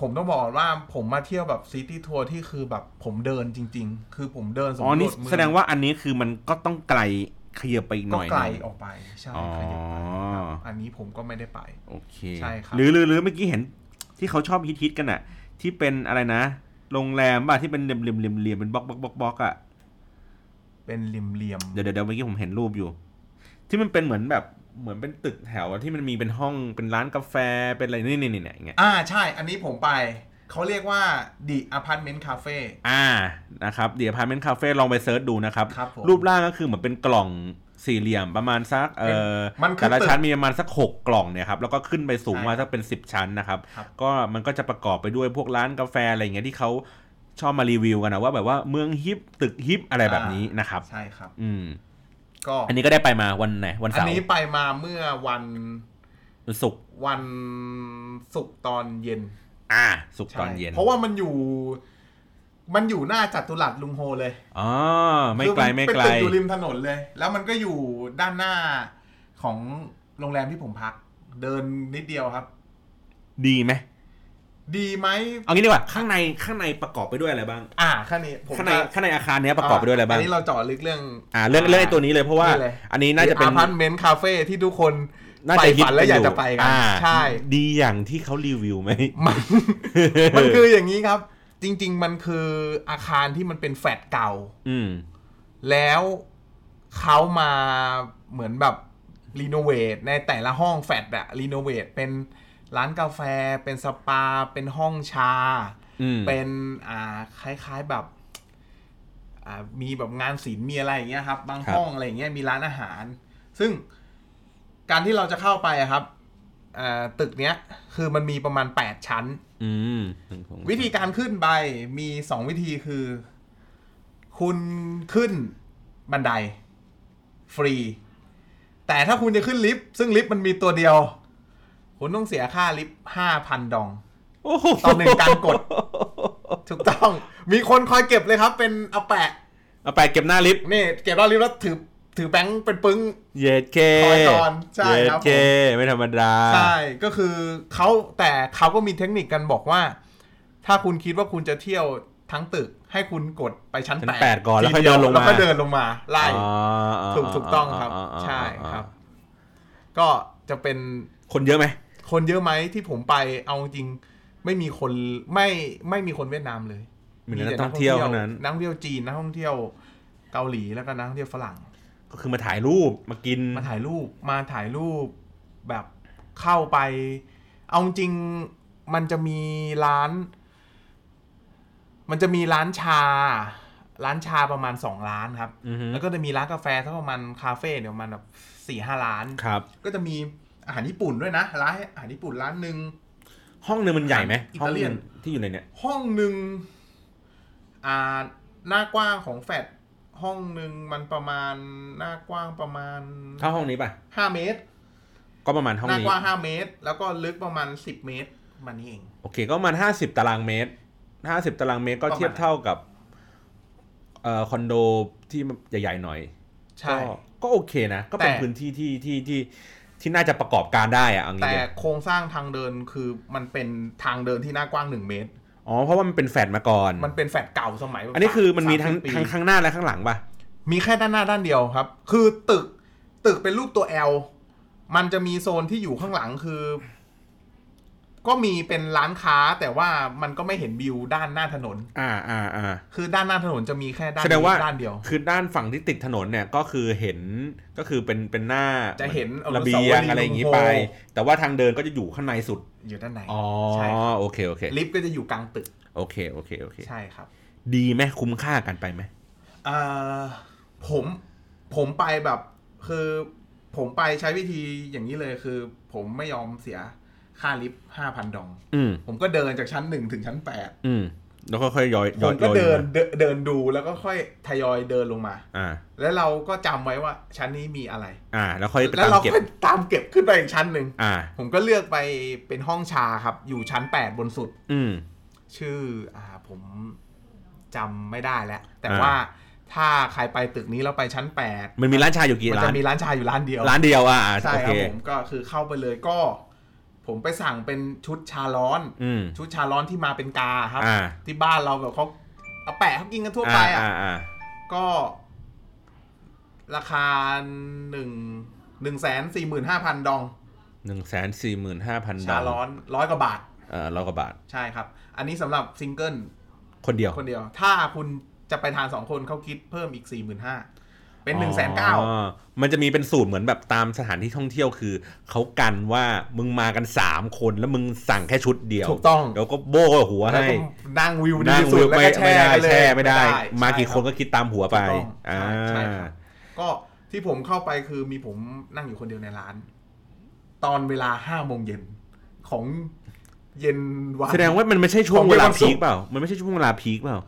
ผมต้องบอกว่าผมมาเที่ยวแบบซิตี้ทัวร์ที่คือแบบผมเดินจริง ๆ คือผมเดินสำร
อ๋อ
วจ
นี่
เมือ
แสดงว่าอันนี้คือมันก็ต้องไกลขยับไปอีกห
ก็
น่อย
ไกล
หนึ่ง
ออกไปใช่
อ๋อ
ขยับไปครับอันนี้ผมก็ไม่ได้ไป
โอเค
ใช่ครับ
หรือหรือหรือเมื่อกี้เห็นที่เขาชอบฮิตๆกันอะที่เป็นอะไรนะ โรงแรมป่ะที่เป็นเหลี่ยมเหลี่ยมเหลี่ยมเหลี่ยมเป็นบล็อกบล็อกบล็อกบล็อกอะ
เป็นริมเลียมๆ
เดี๋ยวเดี๋ยวเดี๋ยวเมื่อกี้ผมเห็นรูปอยู่ ที่มันเป็นเหมือนแบบเหมือนเป็นตึกแถวอะที่มันมีเป็นห้องเป็นร้านกาแฟเป็นอะไรนี่นี่นี่เนี่ยอย่างเงี้ย
อ่าใช่ อันนี้ผมไป เขาเรียกว่าดิอพาร์ตเมนต์คาเฟ่
อ่านะครับเดี๋ยวพาร์เมนต์คาเฟ่ลองไปเซิร์ชดูนะครับ
ครับผม
รูปร่างก็คือเหมือนเป็นกล่องสี่เหลี่ยมประมาณสักเออ
มันคือ
แต่ละ
ตึก
ชั้นมีประมาณสักหกกล่องเนี่ยครับแล้วก็ขึ้นไปสูง
ใช่
มาสักเป็นสิบชั้นนะครับ
ครับ
ก็มันก็จะประกอบไปด้วยพวกร้านกาแฟอะไรอย่างเงี้ยที่เขาชอบมารีวิวกันนะว่าแบบว่าเมืองฮิปตึกฮิปอะไรแบบนี้นะครับ
ใช่ครับ
อืม
ก็
อันนี้ก็ได้ไปมาวันไหนวัน
อัน
เสาร์
นี้ไปมาเมื่อวัน
วันศุกร์
วันศุกร์ตอนเย็น
อ่าศุกร์
ใช่
ตอนเย็น
เพราะว่ามันอยู่ มันอยู่หน้าจัตุรัสลุงโฮเลย
อ๋อไม่ไกล
คือ
ไม่
นเป็น
ไกล
ตึกอยู่ริมถนนเลย แล้วมันก็อยู่ด้านหน้าของโรงแรมที่ผมพัก เดินนิดเดียวครับ
ดีไหม
ดีไหม
เอางี้ดีกว่าข้างในข้างในประกอบไปด้วยอะไรบ้าง
อ่าข้างนี้ผม
ข้างใน
จะ
ข้างในอาคารเนี้ยประกอบไปด้วยอะไรบ้าง
นนี้เราเจาะลึกเรื่อง
อ่าเรื่องเรื่องไอ้ตัวนี้เลยเพราะว่า
นี่เลย
อันนี้น่าจะเป็น
อพาร์ตเมนต์คาเฟ่ที่ทุกคน [laughs]
น่า
ใฝ่
จะฮิต
ฝันและอยากจะไปกัน
อ่า
ใช่
ดีอย่างที่เขารีวิวไหม
มันมันคืออย่างนี้ครับ จริง ๆ มันคืออาคารที่มันเป็นแฟลตเก่า
อืม
แล้วเขามาเหมือนแบบรีโนเวทในแต่ละห้องแฟดอะรีโนเวทเป็นร้านกาแฟ เป็นสปา เป็นห้องชา
อืม
เป็นอ่าคล้ายๆแบบอ่ามีแบบงานศิลป์มีอะไรอย่างเงี้ยครับ บางห้องอะไรอย่างเงี้ยมีร้านอาหาร ซึ่งการที่เราจะเข้าไปอะครับ อ่าตึกเนี้ย คือมันมีประมาณ 8 ชั้น
อืม
วิธีการขึ้นไปมี 2 วิธีคือ คุณขึ้นบันได ฟรี แต่ถ้าคุณจะขึ้นลิฟต์ซึ่งลิฟต์มันมีตัวเดียว คุณต้องเสียค่าลิฟต์5,000 ดอง
โโ
ตอนหนึ่งการกด ถูกต้อง มีคนคอยเก็บเลยครับ เป็นเอาแปะ
เอาไปเก็บหน้าลิฟต์
นี่เก็บรอบลิฟต์แล้วถือถือแบงค์เป็นปึ้ง
เย็ดเค
คอยก่อนใช่
เย็ด
ครับผม
เคไม่ธรรมดา
ใช่ ก็คือเขาแต่เขาก็มีเทคนิคกันบอกว่า ถ้าคุณคิดว่าคุณจะเที่ยวทั้งตึก ให้คุณกดไปชั้น
ชั้นแปดก่อนแล้วค่อย
ที
เดินลงมา
แล้วก็เดินลงมาไล่
อ๋ออ๋อ
ถูกถูกต้องครับ
อ๋อ
ใช่ครับ
อ๋อ
ก็จะเป็น
คนเยอะไหม
คนเยอะไหมที่ผมไปเอาจริงไม่มีคนไม่ไม่มีคนเวียดนามเลย
มีแต่นักท่องเที่ยวเท่านั้น
นักท่องเที่ยวจีนนักท่องเที่ยวเกาหลีแล้วก็นักท่องเที่ยวฝรั่ง
ก็คือมาถ่ายรูปมากิน
มาถ่ายรูปมาถ่ายรูปแบบเข้าไป เอาจริงๆมันจะมีร้าน มันจะมีร้านชา ร้านชาประมาณสองร้านครับ
อือฮึ
แล้วก็จะมีร้านกาแฟสักประมาณคาเฟ่เดี๋ยวมันแบบสี่ห้าร้าน
ครับ
ก็จะมีอาหารญี่ปุ่นด้วยนะร้านอาหารญี่ปุ่นร้านหนึ่ง
ห้องหนึงมันใหญ่ไหม
อิ
ห้อง
ตาเลี
หนึ
ยน
งที่อยู่ในเนี่ย
ห้องหนึ่งอ่าหน้ากว้างของแฟดห้องหนึ่งมันประมาณหน้ากว้างประมาณ
เท่าห้องนี้ป่ะ
ห้าเมตร
ก็ประมาณห้อง
หน้า
นี้
กว้างห้าเมตร แล้วก็ลึกประมาณสิบเมตรประมาณนี้เอง
โอเค ก็ประมาณห้าสิบตารางเมตรห้าสิบตารางเมตรก็
ประมาณ
เทียบเท่ากับเอ่อคอนโดที่ใหญ่ๆหน่อย
ใช่
ก็ก็โอเคนะ ก็เป็น
แต่
พื้นที่ที่ที่ที่ที่น่าจะประกอบการได้อะเอางี้
แต่
เดียว
โครงสร้างทางเดินคือมันเป็นทางเดินที่หน้ากว้างหนึ่งเมตร
อ๋อเพราะว่ามันเป็นแฟลตมาก่อน
มันเป็นแฟลตเก่าสมัยแบบ
อันนี้คือมันมี
30
ทั้ง
ปี
ทั้งข้างหน้าและข้างหลังป่ะ
มีแค่ด้านหน้าด้านเดียวครับ คือตึกตึกเป็นรูปตัว L มันจะมีโซนที่อยู่ข้างหลังคือ ก็มีเป็นร้านค้าแต่ว่ามันก็ไม่เห็นวิวด้านหน้าถนน
อ่าอ่าอ่า
คือด้านหน้าถนนจะมีแค่ด้าน
แสดงว่า
ด้านเดียว
คือด้านฝั่งที่ติดถนนเนี่ยก็คือเห็นก็คือเป็นเป็นหน้า
จะเห็นอนุ
ระเบี
สาวรี
ย
ย์
งอะไรอย่างนี้
ลุงโฮ
ไป แต่ว่าทางเดินก็จะอยู่ข้างในสุด
อยู่ด้านใน
อ๋อ
ใช่
โอเคโอเค
ลิฟต์ก็จะอยู่กลางตึก
โอเคโอเคโอเค
ใช่ครับ
ดีไหมคุ้มค่ากันไปไหม
อ่าผมผมไปแบบคือผมไปใช้วิธีอย่างนี้เลยคือ ผมไม่ยอมเสียค่าลิฟต์ห้าพันดอง
อืม
ผมก็เดินจากชั้นหนึ่งถึงชั้นแปด
อืม แล้วก็ค่อยย้อย
ผ
ย้อ
ม
ย
ก็
ย้อย
เดิ
ล
น
งมา
เดินเดินดูแล้วก็ค่อยทยอยเดินลงมา
อ่า
แล้วเราก็จำไว้ว่าชั้นนี้มีอะไร
อ่า แล้วค่อยไป
แล้ว
ตาม
เรา
เก็บ
ก็ตามเก็บขึ้นไปอีกชั้นหนึ่ง
อ่า
ผมก็เลือกไปเป็นห้องชาครับ อยู่ชั้นแปดบนสุด
อืม
ชื่ออ่าผมจำไม่ได้แล้ว แต่
อ่า
ว่าถ้าใครไปตึกนี้แล้วไปชั้นแปด
มันมีร้านชาอยู่กี่
มัน
ร้า
จะ
น
มีร้านชาอยู่ร้านเดียว
ร้านเดียวอ่าอ่า
ใช่
โอ
ค
เครับ
ผมก็คือเข้าไปเลยก็ ผมไปสั่งเป็นชุดชาร้อน
อืม
ชุดชาร้อนที่มาเป็นกาครับ
อ่า
ที่บ้านเราแบบเขาเอาแปะเขากินกันทั่วไป
อ่า
อ่ะ
อ่าอ่า
ก็ ราคาหนึ่งหนึ่งแสนสี่หมื่นห้าพันดอง
หนึ่งแสนสี่หมื่นห้าพันด
ชาร้อนร้อยกว่าบาท
เอ่อร้อยกว่าบาท
ใช่ครับ อันนี้สำหรับซิงเกิล
คนเดียว
คนเดียว ถ้าคุณจะไปทานสองคนเขาคิดเพิ่มอีกสี่หมื่นห้าเป็นหนึ่งแสนเก้า
อ๋อมันจะมีเป็นสูตรเหมือนแบบตามสถานที่ท่องเที่ยวคือ เขากันว่ามึงมากันสามคนแล้วมึงสั่งแค่ชุดเดียว
ถูกต้อง
เดี๋ยวก็โบกหัว
แล้ว
ให้
ก็นั่งวิวดี
นั่ง
ที่สุดแล้ว
ไม่
ก็
ไม่
แช่
ได้
กันเลย
แช่ไม่ได้ มา
ใช่
กี่ค
รั
น
บ
ก็คิดตามหัวไป
ถูกต้อง
อ่า
ใช่ครับ ก็ที่ผมเข้าไปคือมีผมนั่งอยู่คนเดียวในร้าน ตอนเวลาห้าโมงเย็นของเย็นวัน
แสดงว่ามันไม่ใช่ช่ว
ข
ง
อง
เวลา
วันศุ
พี
ก
ค
ร์
เปล่า มันไม่ใช่ช่วงเวลาพีคเปล่า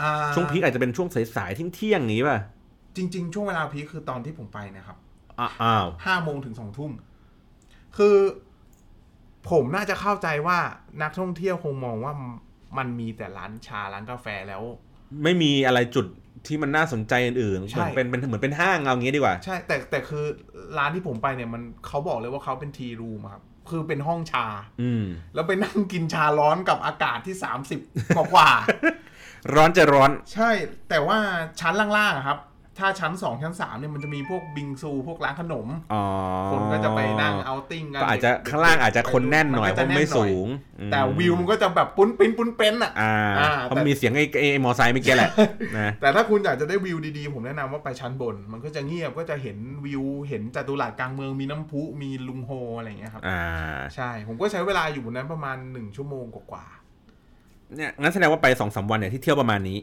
อ่า
ช่วงพีคอาจจะเป็นช่วงสายๆเที่ยงๆอย่างนี้ป่ะ
จริง ๆ ช่วงเวลาพีคคือตอนที่ผมไปนะครับ
อ้าว
ห้าโมงถึงสองทุ่ม คือผมน่าจะเข้าใจว่านักท่องเที่ยวคงมองว่ามันมีแต่ร้านชาร้านกาแฟแล้ว
ไม่มีอะไรจุดที่มันน่าสนใจอื่นๆ
ใช่
เหมือนเป็นเป็นเหมือนเป็นห้างเอางี้ดีกว่า
ใช่ แต่แต่คือร้านที่ผมไปเนี่ยมันเขาบอกเลยว่าเขาเป็นทีรูมครับ คือเป็นห้องชา
อืม
แล้วไปนั่งกินชาร้อนกับอากาศที่ 30กว่ากว่า
ร้อนจะร้อน
ๆ ใช่ แต่ว่าชั้นล่างๆอะครับ ถ้าชั้น 2 ชั้น 3 เนี่ยมันจะมีพวกบิงซู พวกร้านขนม
อ๋อ
คนก็จะไปนั่งเอาท์ติ้งกัน
ก็อาจจะข้างล่างอาจจะคนแน่นหน่อยเพ
ก็
ราะ
จ
ไม่สูง
แน่นหน่อยแต่วิวมันก็จะแบบปุ้นปิ้นปุ้นเป้นอ่ะ
อ่า
อ่า
เพราะ
แต่
มีเสียงไอ้ไอ้ไอ้มอไซค์เมื่อกี้แห
[laughs]
ละ นะ
แต่ถ้าคุณอยากจะได้วิวดีๆ ผมแนะนำว่าไปชั้นบน มันก็จะเงียบก็จะเห็นวิว เห็นจัตุรัสกลางเมืองมีน้ำพุมีลุงโฮอะไรอย่างเงี้ยครับ
อ่า
ใช่ ผมก็ใช้เวลาอยู่บนนั้นประมาณหนึ่งชั่วโมงกว่า
เนี่ย งั้นแสดงว่าไปสองสามวันเนี่ยที่เที่ยวประมาณนี้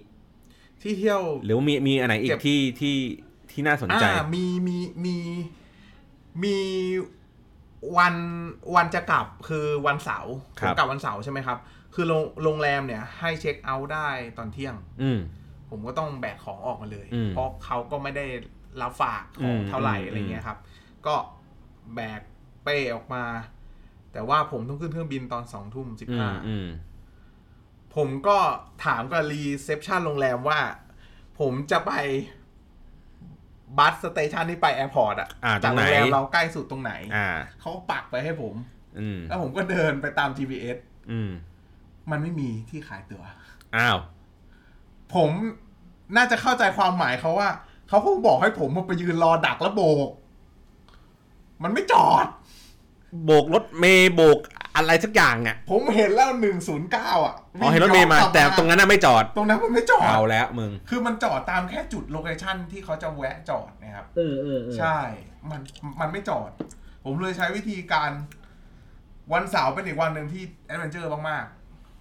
ๆที่เที่ยว
หรือว่ามีมีอันไหนอี
เจ็
ก
บ
ที่ที่ที่น่าสนใจ
อ่ามีมีมีมี วันวันจะกลับคือวันเสาร์
ค
ผ
รับ
มกลับวันเสาร์ใช่ไหมครับ คือโรงโรงแรมเนี่ยให้เช็คเอาท์ได้ตอนเที่ยง
อืม
ผมก็ต้องแบกของออกมาเลย
อืม
เพราะเขาก็ไม่ได้รับฝากของ
อืม
เท่าไหร่
อืม
อะไรเงี้ยครับ ก็แบกเป้ออกมา แต่ว่าผมต้องขึ้นเครื่องบินตอนสองทุ่มสิบ
อื
ห้าม
อืม
ผมก็ถามกับรีเซพชันโรงแรมว่า ผมจะไปบัสสเตชันที่ไปแอร์พอร์ตอะ
อ่าตร
จาก
งไห
โร
น
งแรมเราใกล้สุดตรงไหน
อ่า
เขาก็ปักไปให้ผม
อืม
แล้วผมก็เดินไปตาม GPS
อืม
มันไม่มีที่ขายตั๋ว
อ้าว
ผมน่าจะเข้าใจความหมายเขาว่า เขาคงบอกให้ผมมาไปยืนรอดักแล้วโบก มันไม่จอด
โบกรถเมย์โบกอะไรสักอย่างอ่ะ
ผมเห็นแล้วหนึ่งศูนย์เก้าอ่ะ
อ๋อเห็นรถเมย์มา
วิ่ย้อกลับ
แต่ตรงนั้นน่ะไม่จอด
ตรงนั้นมันไม่จอด
เอาแล้วมึง
คือมันจอดตามแค่จุดโลเคชั่นที่เขาจะแวะจอดนะครับ
เออเออ
ใช่ มันมันไม่จอด ผมเลยใช้วิธีการ วันเสาร์เป็นอีกวันหนึ่งที่แอดเวนเจอร์มาก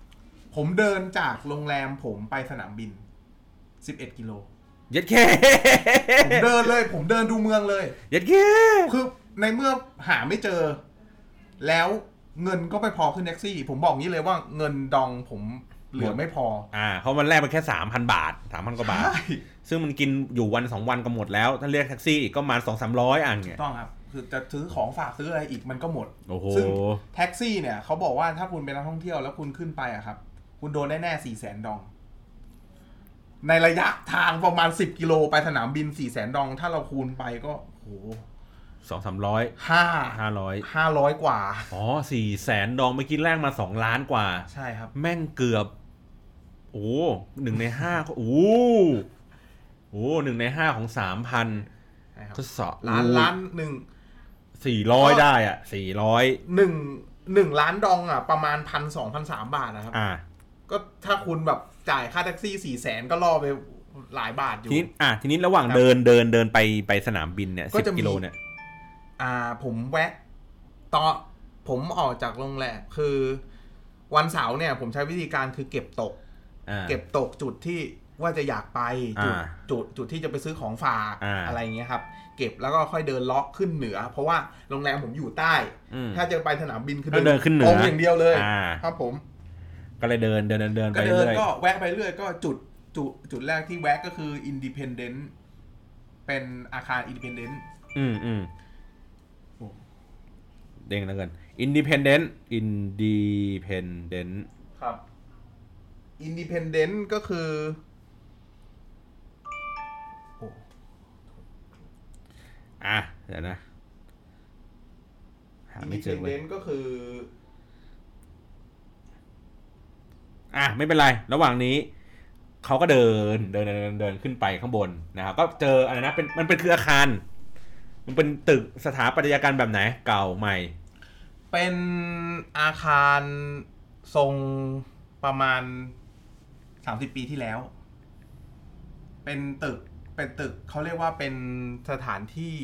ๆ ผมเดินจากโรงแรมผมไปสนามบิน 11 กิโล
ยัดแค่ [laughs]
ผมเดินเลย ผมเดินดูเมืองเลย
ยัดแค่
คือในเมื่อหาไม่เจอ แล้วเงินก็ไม่พอขึ้นแท็กซี่ ผมบอกงี้เลยว่าเงินดองผมเหลือไม่พอ
อ่าเพราะมันแรกมันแค่สามพันบาทสามพันกว่าบาท
ใช่
ซึ่งมันกินอยู่วันสองวันก็หมดแล้ว ถ้าเรียกแท็กซี่อีกก็ประมาสองสามร้อยอัน
ถู
เนี่ย
กต้องครับ คือจะซื้อของฝากซื้ออะไรอีกมันก็หมด
โอ้โห
ซึ่งแท็กซี่เนี่ยเขาบอกว่าถ้าคุณเป็นนักท่องเที่ยวแล้วคุณขึ้นไปอะครับ คุณโดนแน่ๆสี่แสนดอง ในระยะทางประมาณสิบกิโลไปสนามบินสี่แสนดอง ถ้าเราคูณไปก็โอ้โห
สองสามร้อย
ห้า
ห้าร้อย
ห้าร้อยกว่า
อ๋อสี่แสนดองเมื่อกี้แรกมาสองล้านกว่า
ใช่ครับ
แม่งเกือบ โอ้หนึ่งในห้าก็โอ้โหหนึ่งในห้าของสามพัน
ใช่ครับ
ทดสอบ
ล้านล้านหนึ่ง
สี่ร้อยได้อ่ะสี่ร้อย
หนึ่งหนึ่งล้านดองอ่ะ ประมาณพันสองพันสามบาทนะครับ
อ่า
ก็ถ้าคุณแบบจ่ายค่าแท็กซี่สี่แสนก็ล่อไปหลายบาทอยู่
ทีนี้อ่ะทีนี้ระหว่าง
ครับ
เดินเดินเดินไปไปสนามบินเนี่ย
ก็
สิบ
จะมี
กิโลเนี่ย
อ่า ผมแวะตอนผมออกจากโรงแรมคือ วันเสาร์เนี่ย ผมใช้วิธีการคือเก็บตก
อ่า
เก็บตกจุดที่ว่าจะอยากไปจุด
อ่า
จุดจุดที่จะไปซื้อของฝาก
อ่า
อะไรอย่างเงี้ยครับ เก็บแล้วก็ค่อยเดินเลาะขึ้นเหนือ เพราะว่าโรงแรมผมอยู่ใต้
อืม
ถ้าจะไปสนามบินคือ
ต้องเดินขึ้นเหนือ
ตรงอย่างเดียวเลย
อ่า
ครับผม
ก็เลยเดินเดินเดินเดิน
ก็
ไป
เดิน
เรื่อย
ก็แวะไปเรื่อยก็จุดจุดจุดแรกที่แวะก็คือ Independent เป็นอาคาร Independent
อืมอืม
โอ้
เด้งแล้วกัน independent independent
ครับ Independent ก็คือโอ้
อ่ะเดี๋ยวนะหา
อิน
ไม่
ดิ
เจ
เพ
อน เล
เด
ย
นต์ก็คือ
อ่ะไม่เป็นไร ระหว่างนี้ เขาก็เดินเดินเดินเดินเดินขึ้นไปข้างบนนะครับก็เจออะไรนะเป็นมันเป็นคืออาคาร มันเป็นตึกสถาปัตยกรรมแบบไหน เก่าใหม่
เป็นอาคารทรงประมาณ 30 ปีที่แล้ว เป็นตึกเป็นตึกเขาเรียกว่าเป็นสถานที่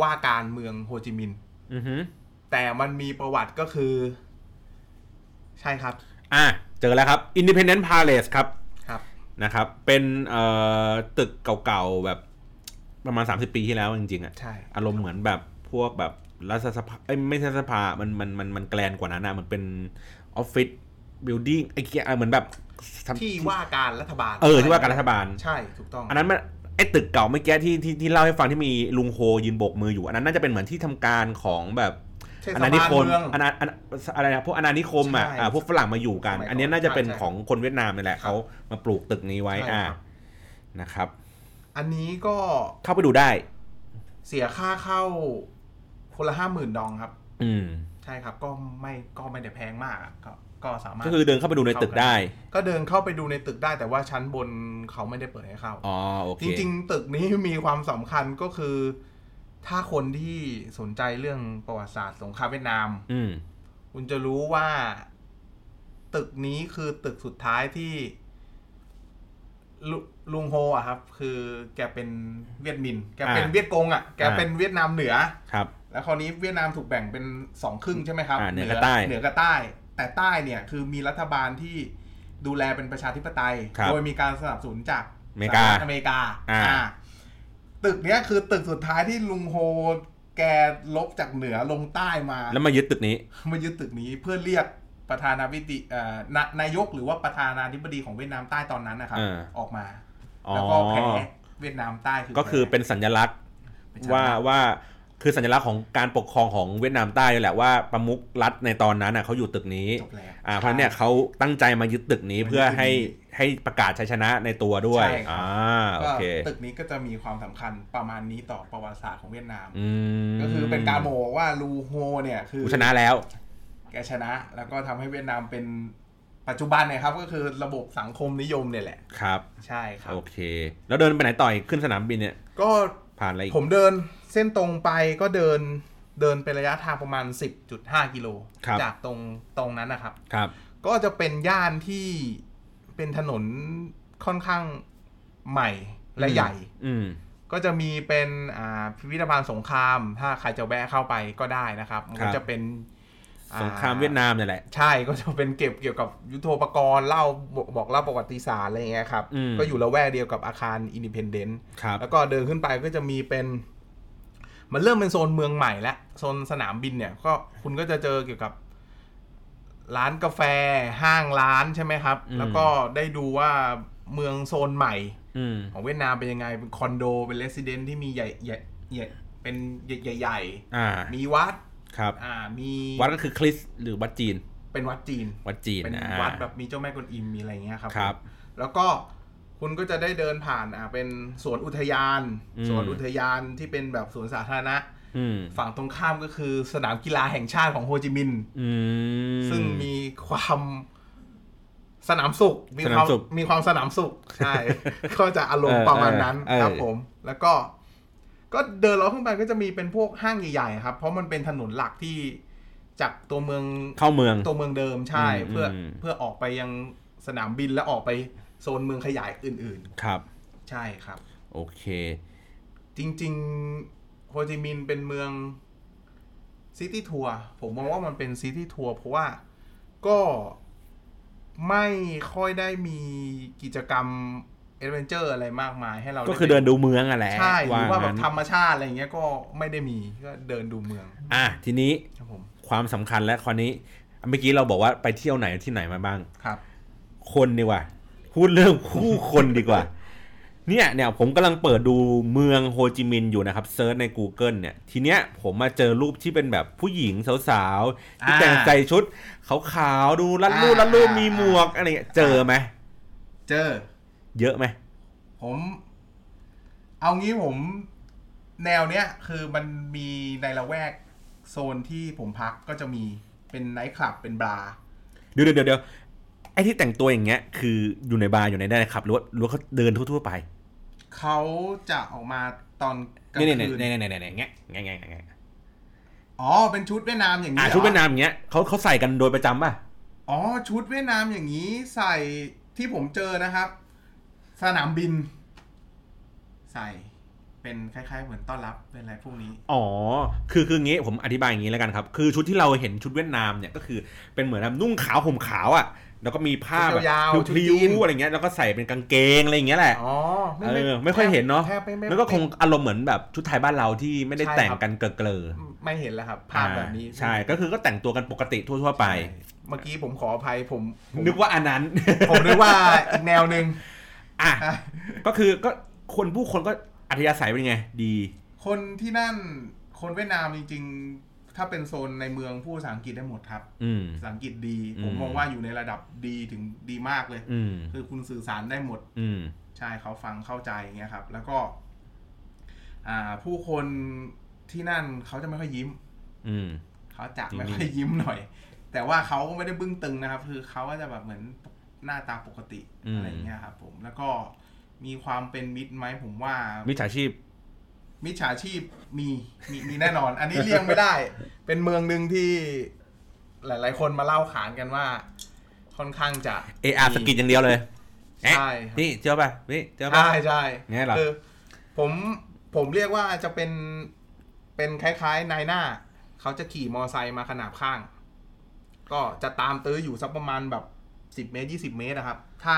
ว่าการเมืองโฮจิมินห์
อือฮึ
แต่มันมีประวัติก็คือ ใช่ครับ
อ่ะเจอแล้วครับ independent palace ครับ
ครับ
นะครับ เป็นเอ่อตึกเก่าๆแบบประมาณ 30 ปีที่แล้วจริงๆอะ
ใช่
อารมณ์เหมือนแบบพวกแบบรัฐสภาเอ้ยไม่ใช่รัฐสภามันมันมันมันแกลนกว่านั้นนะมันเป็นออฟฟิศบิลดิ้งไอ้เกียเหมือนแบบทำ
ที่ว่าการรัฐบาล
เออที่ว่าการรัฐบาล
ใช่ถูกต้อง
อันนั้นมันไอ้ตึกเก่าเมื่อกี้ที่ที่ที่เล่าให้ฟังที่มีลุงโฮยืนโบกมืออยู่ อันนั้นน่าจะเป็นเหมือนที่ทำการของแบบ
เทศ
อา
บา
ณา
ล
นิคม
เมือง
อาณาอาณาอะไรนะพวกอาณานิคมอ่ะ
ใช่
อ่าพวกฝรั่งมาอยู่กัน
สมัยก่อน
อันเนี้ยน่าจะเป็น
ใช่ใช่
ของคนเวียดนามนี่แหละเขามาปลูกตึกนี้ไว้
ใช่
อ่า
ครับ
นะครับ
อันนี้ก็
เข้าไปดูได้
เสียค่าเข้าคนละห้าหมื่นดองครับ
อืม
ใช่ครับ ก็ไม่ก็ไม่ได้แพงมากอะก็ก็สามารถ
ก็คือเดินเข้าไปดูในตึกได้
ก็เดินเข้าไปดูในตึกได้แต่ว่าชั้นบนเขาไม่ได้เปิดให้เข้า
อ๋อ โอเค
จริง ๆ ตึกนี้มีความสำคัญก็คือ ถ้าคนที่สนใจเรื่องประวัติศาสตร์สงครามเวียดนาม
อืม
คุณจะรู้ว่า ตึกนี้คือตึกสุดท้ายที่ลลุงโฮอะครับ คือแกเป็นเวียดมิน แกเป็น
อ่า
เวียดกงอะแก
อ่า
เป็นเวียดนามเหนือ
ครับ
แล้วคราวนี้เวียดนามถูกแบ่งเป็นสองครึ่งใช่ไหมครับ
อ่าเหนือกับใต้
เหนือกับใต้ แต่ใต้เนี่ยคือมีรัฐบาลที่ดูแลเป็นประชาธิปไตย
ครับ
โดยมีการสนับสนุนจาก
อเมริกา
สหรัฐอเมริกา
อ่า
ตึกเนี้ยคือตึกสุดท้ายที่ลุงโฮ แกลบจากเหนือลงใต้มา
แล้วมายึดตึกนี้
มายึดตึกนี้เพื่อเรียกประธานาธิบดีเอ่อนานายกหรือว่าประธานาธิบดีของเวียดนามใต้ตอนนั้นนะครับ
เออ
ออกมา
อ๋อ
แล้วก็แพ้เวียดนามใต้
ก็คือเป็นสัญลักษณ์ว่าว่าคือสัญลักษณ์ของการปกครองของเวียดนามใต้นี่แหละว่าประมุขรัฐในตอนนั้นน่ะเขาอยู่ตึกนี้
จบแล้ว
อ่าเพราะฉะนั้นเนี่ยเขาตั้งใจมายึดตึกนี้เพื่อให้ให้ประกาศชัยชนะในตัวด้วย
ใช่ครับ
อ่าโอ
ก็
เค
ตึกนี้ก็จะมีความสำคัญประมาณนี้ต่อประวัติศาสตร์ของเวียดนาม
อืม
ก็คือเป็นการโมว่าลูโฮเนี่ยคือ
กูชนะแล้ว
แกชนะ แล้วก็ทำให้เวียดนามเป็นปัจจุบันเนี่ยครับ ก็คือระบบสังคมนิยมเนี่ยแหละ
ครับ
ใช่ครับ
โอเค แล้วเดินไปไหนต่อยขึ้นสนามบินเนี่ย
ก็
ผ่านอะไรอีก
ผมเดินเส้นตรงไปก็เดินเดินเป็นระยะทางประมาณ 10.5 กิโล
ครับ
จากตรงตรงนั้นนะครับ
ครับ
ก็จะเป็นย่านที่เป็นถนนค่อนข้างใหม่และใหญ่
อืม
ก็จะมีเป็นอ่าพิพิธภัณฑ์สงคราม ถ้าใครจะแวะเข้าไปก็ได้นะครับ มัน
ครั
ก็
บ
จะเป็นอ่
สงครามเวียดนามเนี่ยแหละ
ใช่ก็จะเป็นเก็บเกี่ยวกับยุทโธปกรณ์เล่าบอกบอกเล่าประวัติศาสตร์อะไรอย่างเงี้ยครับ
อืม
ก็อยู่ละแวกเดียวกับอาคารอินดิเพนเดนต์
ครับ
แล้วก็เดินขึ้นไปก็จะมีเป็น มันเริ่มเป็นโซนเมืองใหม่แล้วโซนสนามบินเนี่ย ก็คุณก็จะเจอเกี่ยวกับ ร้านกาแฟห้างร้านใช่ไหมครับ
อืม
แล้วก็ได้ดูว่าเมืองโซนใหม่
อืม
ของเวียดนามเป็นยังไง เป็นคอนโด เป็นเลสซิเดนที่มีใหญ่ใหญ่ใหญ่เป็นใหญ่ใหญ่
อ่า
ๆมีวัด
ครับ
อ่า มี
วัดก็คือคริสต์หรือวัดจีน
เป็นวัดจีน
วัดจีน
เป็น
อ่า
วัดแบบมีเจ้าแม่กวนอิม มีอะไรอย่างเงี้ยครับ
ครับ
แล้วก็คุณก็จะได้เดินผ่าน อ่า เป็นสวนอุทยาน
อืม
สวนอุทยานที่เป็นแบบสวนสาธารณะ
อืม
ฝั่งตรงข้ามก็คือสนามกีฬาแห่งชาติของโฮจิมินห์
อืม
ซึ่งมีความสนามสุข มีค
สาว
นาม
มสุข
มีความสนามสุข ใช่
[laughs]
ก็จะอารมณ์ประมาณนั้น
เออเออ
ครับผม แล้วก็ ก็เดินเลาขึ้นไปก็จะมีเป็นพวกห้างใหญ่ๆครับ เพราะมันเป็นถนนหลักที่จากตัวเมือง
เข้าเมือง
ตัวเมืองเดิมใช่
อืม
เพื่ออ
ม
เพื่อออกไปยังสนามบินและออกไปโซนเมืองขยายอื่น
ครับ
ๆ ใช่ครับ
โอเค
จริงๆโฮจิมินห์เป็นเมืองซิตี้ทัวร์ผมมองว่ามันเป็นซิตี้ทัวร์เพราะว่าก็ไม่ค่อยได้มีกิจกรรมเอดเวนเจอร์อะไรมากมายให้เรา
ก็คือเดิน
ไ
ดูเมืองอ่ะแหละ
ใช่หรือว่าแบบ
งั้น
ธรรมชาติอะไรอย่างเงี้ยก็ไม่ได้มีก็เดินดูเมือง
อ่ะทีนี้
ครับผม
ความสำคัญและคราวนี้ เมื่อกี้เราบอกว่าไปเที่ยวไหนที่ไหนมาบ้าง
ครับ
คนดีกว่า พูดเรื่องผู้คนดีกว่า [laughs] เนี่ยเนี่ยผมกำลังเปิดดูเมืองโฮจิมินห์อยู่นะครับเซิร์ชใน Google เนี่ย ทีเนี้ยผมมาเจอรูปที่เป็นแบบผู้หญิงสาวๆ ที่
อ่า
แต่งใส่ชุดขาวๆ ดูรัดรูป
อ่า
รัดรูป
อ่ามี
มีหมวกอะไรเงี้ยเจอไหม
เจอ
เยอะไหม
ผม เอางี้ผมแนวเนี้ย คือมันมีในละแวกโซนที่ผมพักก็จะมีเป็นไนท์คลับเป็นบาร์
เดี๋ยวเดี๋ยวเดี๋ยวไอ้ที่แต่งตัวอย่างเงี้ย คืออยู่ในบาร์อยู่ในได้ครับหรือว่าหรือว่าเขาเดินทั่วๆไป
เขาจะออกมาตอนกลาง
เนี่ยเนี่ย
คืน
เนี่ยเนี่ยเนี่ยเงี้ยเงี้ยเงี้ยเงี้ย
อ๋อ เป็นชุดเวียดนามอย่างนี้
อ่ะ
หรอ
ชุดเวียดนามอย่างเงี้ยเขาเขาใส่กันโดยประจำป่ะ
อ๋อ ชุดเวียดนามอย่างนี้ใส่ที่ผมเจอนะครับ สนามบิน ใส่เป็นคล้ายๆ เหมือนต้อนรับเป็นอะไรพวกนี้
อ๋อ คือคืองี้ผมอธิบายอย่างนี้แล้วกันครับ คือชุดที่เราเห็นชุดเวียดนามเนี่ยก็คือเป็นเหมือนแบบนุ่งขาวห่มขาวอ่ะ แล้วก็มีผ้าแบบ
ยาวๆชุด
พลิ้
จีน
วๆอะไรเงี้ย แล้วก็ใส่เป็นกางเกงอะไรอย่างเงี้ยแหละ
อ๋อ
เออไม่ค่อยเห็นเนาะ
แทบไม่ไม่
มันก็คงอารมณ์เหมือนแบบชุดไทยบ้านเราที่ไม่ได้
ใช่
แต่ง
ครับ
กันเกลอเกลอ
ไม่เห็นแล้วครับ
ๆ
ภาพแบบนี้
อ่าใช่ ก็คือก็แต่งตัวกันปกติทั่ว ๆ ไป
เมื่อกี้ผมขออภัยผมผม
นึกว่าอันนั้น
ผมนึกว่าอีกแนวหนึ่ง
อ่ะ
อ่ะ
ก็คือก็คนผู้คนก็อัธยาศัยเป็นไง ดี
คนที่นั่น คนเวียดนามจริงๆ ถ้าเป็นโซนในเมืองพูดภาษาอังกฤษได้หมดครับ
อืม
ภาษาอังกฤษดี
อืม
ผมมองว่าอยู่ในระดับดีถึงดีมากเลย
อืม
คือคุณสื่อสารได้หมด
อืม
ใช่เขาฟังเข้าใจอย่างเงี้ยครับ แล้วก็ อ่า ผู้คนที่นั่นเขาจะไม่ค่อยยิ้ม
อืม
เขาจะ
จริง
ไม่ค่อยยิ้มหน่อย แต่ว่าเขาก็ไม่ได้บึ้งตึงนะครับ คือเขาก็จะแบบเหมือนหน้าตาปกติอะไรอย่างเงี้ยครับ ผมแล้วก็มีความเป็นมิตรไหมผมว่า
มิจฉาชีพ
มิจฉาชีพมีมีมีแน่นอน อันนี้เลี่ยงไม่ได้ [laughs] เป็นเมืองหนึ่งที่หลาย ๆ คนมาเล่าขานกันว่า ค่อนข้างจะ
เออาร์
มี
สะกิดอย่างเดียวเลยแอะ
ใช่ครับ
นี่เจอป่ะ นี่เจอป่ะ
ใช่ใช่
ไงเหรอ
คือผมผมเรียกว่าจะเป็นเป็นคล้าย ๆ นายหน้า เขาจะขี่มอไซค์มาขนาบข้าง ก็จะตามตื้ออยู่สักประมาณแบบสิบ10 เมตรยี่สิบเมตรนะครับ ถ้า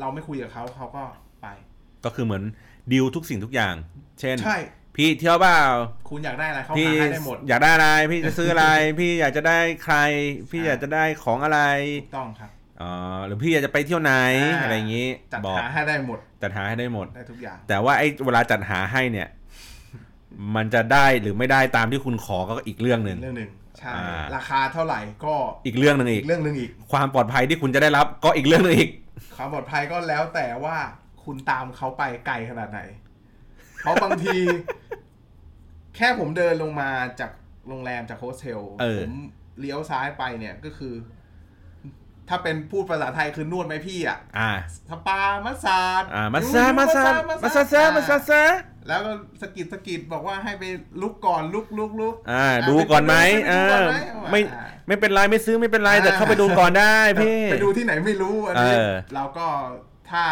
เราไม่คุยกับเขาเขาก็ไป
ก็คือเหมือนดีลทุกสิ่งทุกอย่าง เช่น
ใช่
พี่เที่ยวเปล่า
คุณอยากได้อะไรเขา
พี่
หาให้ได้หมด
อยากได้อะไร พี่จะซื้ [laughs] ออะไร พี่อยากจะได้ใคร พี่อยากจะได้ของอะไร
ถูกต้องครับ
อ๋อหรือพี่อยากจะไปเที่ยวไหน
อ่า
อะไรอย่างนี้
จัด
บอก
หาให้ได้หมด
จัดหาให้ได้หมด
ได้ทุกอย่าง
แต่ว่าไอ้เวลาจัดหาให้เนี่ย มันจะได้หรือไม่ได้ตามที่คุณขอก็อีกเรื่องหนึ่ง
เรื่องหนึ่งใช่
อ่า
ราคาเท่าไหร่ก็
อีกเรื่องหนึ่งอี
อี
ก
กเรื่องหนึ่งอีก
ความปลอดภัยที่คุณจะได้รับก็อีกเรื่องหนึงอีก
ความปลอดภัยก็แล้วแต่ว่าคุณตามเขาไปไกลขนาดไหน เพราะบางที แค่ผมเดินลงมาจากโรงแรมจากโฮสเทล
เออ
ผมเลี้ยวซ้ายไปเนี่ยก็คือ ถ้าเป็นพูดภาษาไทยคือนวดไหมพี่อ่ะ
อ่า
สปามัสซาด
อ่ามาซามาซามาซาซามาซาซา
แล้วก็สะกิดสะกิดบอกว่าให้ไปลุกก่อนลุกลุกลุก
อ่า ดูก่อนไหมเออไม่ไม่เป็นไรไม่ซื้อไม่เป็นไรแต่เข้าไปดูก่อนได้พี่
ไปดูที่ไหนไม่รู้อันนี้
เออ
เราก็ถ้า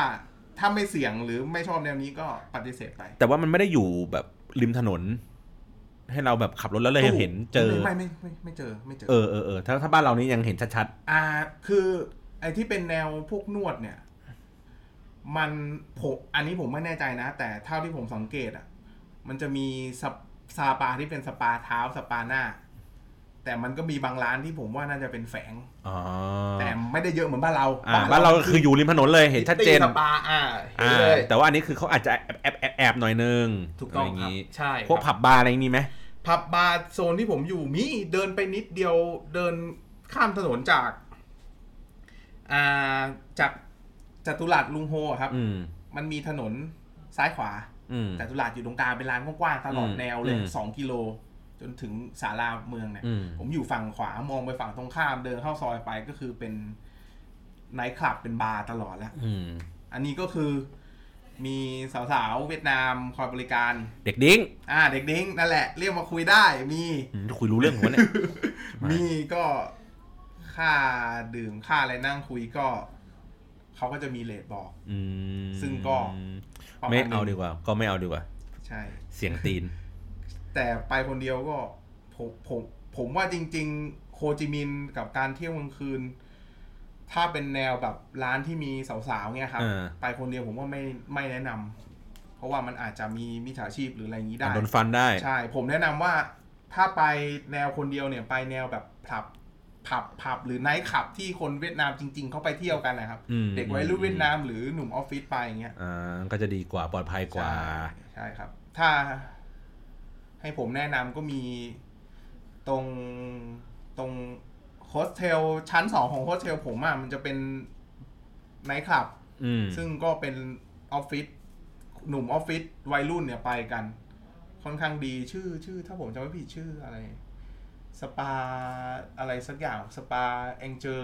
ถ้าไม่เสี่ยงหรือไม่ชอบแนวนี้ก็ปฏิเสธไป
แต่ว่ามันไม่ได้อยู่แบบริมถนน ให้เราแบบขับรถแล้วเลยเห็นเจอ
ไม่ไม่ไม่ไม่เจอไม่เจอ
เออเออเออถ้าถ้าบ้านเรานี้ยังเห็นชัด
อ่าคือไอ้ที่เป็นแนวพวกนวดเนี่ย มันผมอันนี้ผมไม่แน่ใจนะ แต่เท่าที่ผมสังเกตอ่ะ มันจะมีสปสปาที่เป็นสปาเท้าสปาหน้า แต่มันก็มีบางร้านที่ผมว่าน่าจะเป็นแฝง
ๆอ๋อ
แต่ไม่ได้เยอะเหมือนบ้านเรา
อ่าบ้านเราคืออยู่ริมถนนเลยเห็นชัดเจน
ตี้สปาอ่าเห็น
อ่า
เลย
แต่ว่าอันนี้คือเขาอาจจะแอบแอบแอบแอบหน่อยนึง
ถูกต้อง
ะไร
ครับ
ย่านี้
ใช่ครับ
พวกผับบาร์อะไรอย่างนี้ไหม
ผับบาร์โซนที่ผมอยู่มีเดินไปนิดเดียวเดินข้ามถนนจากอ่าจากจตุรัสลุงโฮอะครับ
อืม
มันมีถนนซ้ายขวา
อืม
จตุรัสอยู่ตรงกลางเป็นร้านกว้างๆตลอด
อืม
แนวเลย
อืม
สองกิโล จนถึงศาลาเมืองเนี่ย
อืม
ผมอยู่ฝั่งขวามองไปฝั่งตรงข้ามเดินเข้าซอยไปก็คือเป็นไนท์คลับเป็นบาร์ตลอดแล้ว
อืม
อันนี้ก็คือมีสาวๆเวียดนามคอยบริการ
เด็กดิ้ง
อ่าเด็กดิ้งนั่นแหละเรียกมาคุยได้มี
อืมคุยรู้เรื่องของมันเนี่ย มามี
มีก็ค่าดื่มค่าอะไรนั่งคุยก็ เขาก็จะมีเลทบอก
อืม
ซึ่งก็ ประ
ไม่
ณหนึ่ง
เอาดีกว่า ก็ไม่เอาดีกว่า
ใช่
เสียงตีน
แต่ไปคนเดียวก็ผมผมผมว่าจริง ๆ โคจิมินห์กับการเที่ยวกลางคืน ถ้าเป็นแนวแบบร้านที่มีสาวๆเนี่ยครับ
เออ
ไปคนเดียวผมว่าไม่ไม่แนะนำเพราะว่ามันอาจจะมีมิจฉาชีพหรืออะไรอย่างนี้ได้
อ่ะโดนฟันได้
ใช่ ผมแนะนำว่าถ้าไปแนวคนเดียวเนี่ยไปแนวแบบผับผับผับหรือไนท์ขับที่คนเวียดนามจริง ๆ เขาไปเที่ยวกันนะครับ
อืม
เด็กวัยรุ่นเวียดนามหรือหนุ่มออฟฟิศไปอย่างเงี้ย
อ่าก็จะดีกว่าปลอดภัยกว่า
ใช่ใช่ครับ ถ้าให้ผมแนะนำก็มีตรงตรงโฮสเทลชั้นสองของโฮสเทลผมอะมันจะเป็นไนท์ขับ
อืม
ซึ่งก็เป็นออฟฟิศหนุ่มออฟฟิศวัยรุ่นเนี่ยไปกัน ค่อนข้างดีชื่อชื่อ ถ้าผมจำไม่ผิดชื่ออะไร สปาอะไรสักอย่างสปาเองเจอ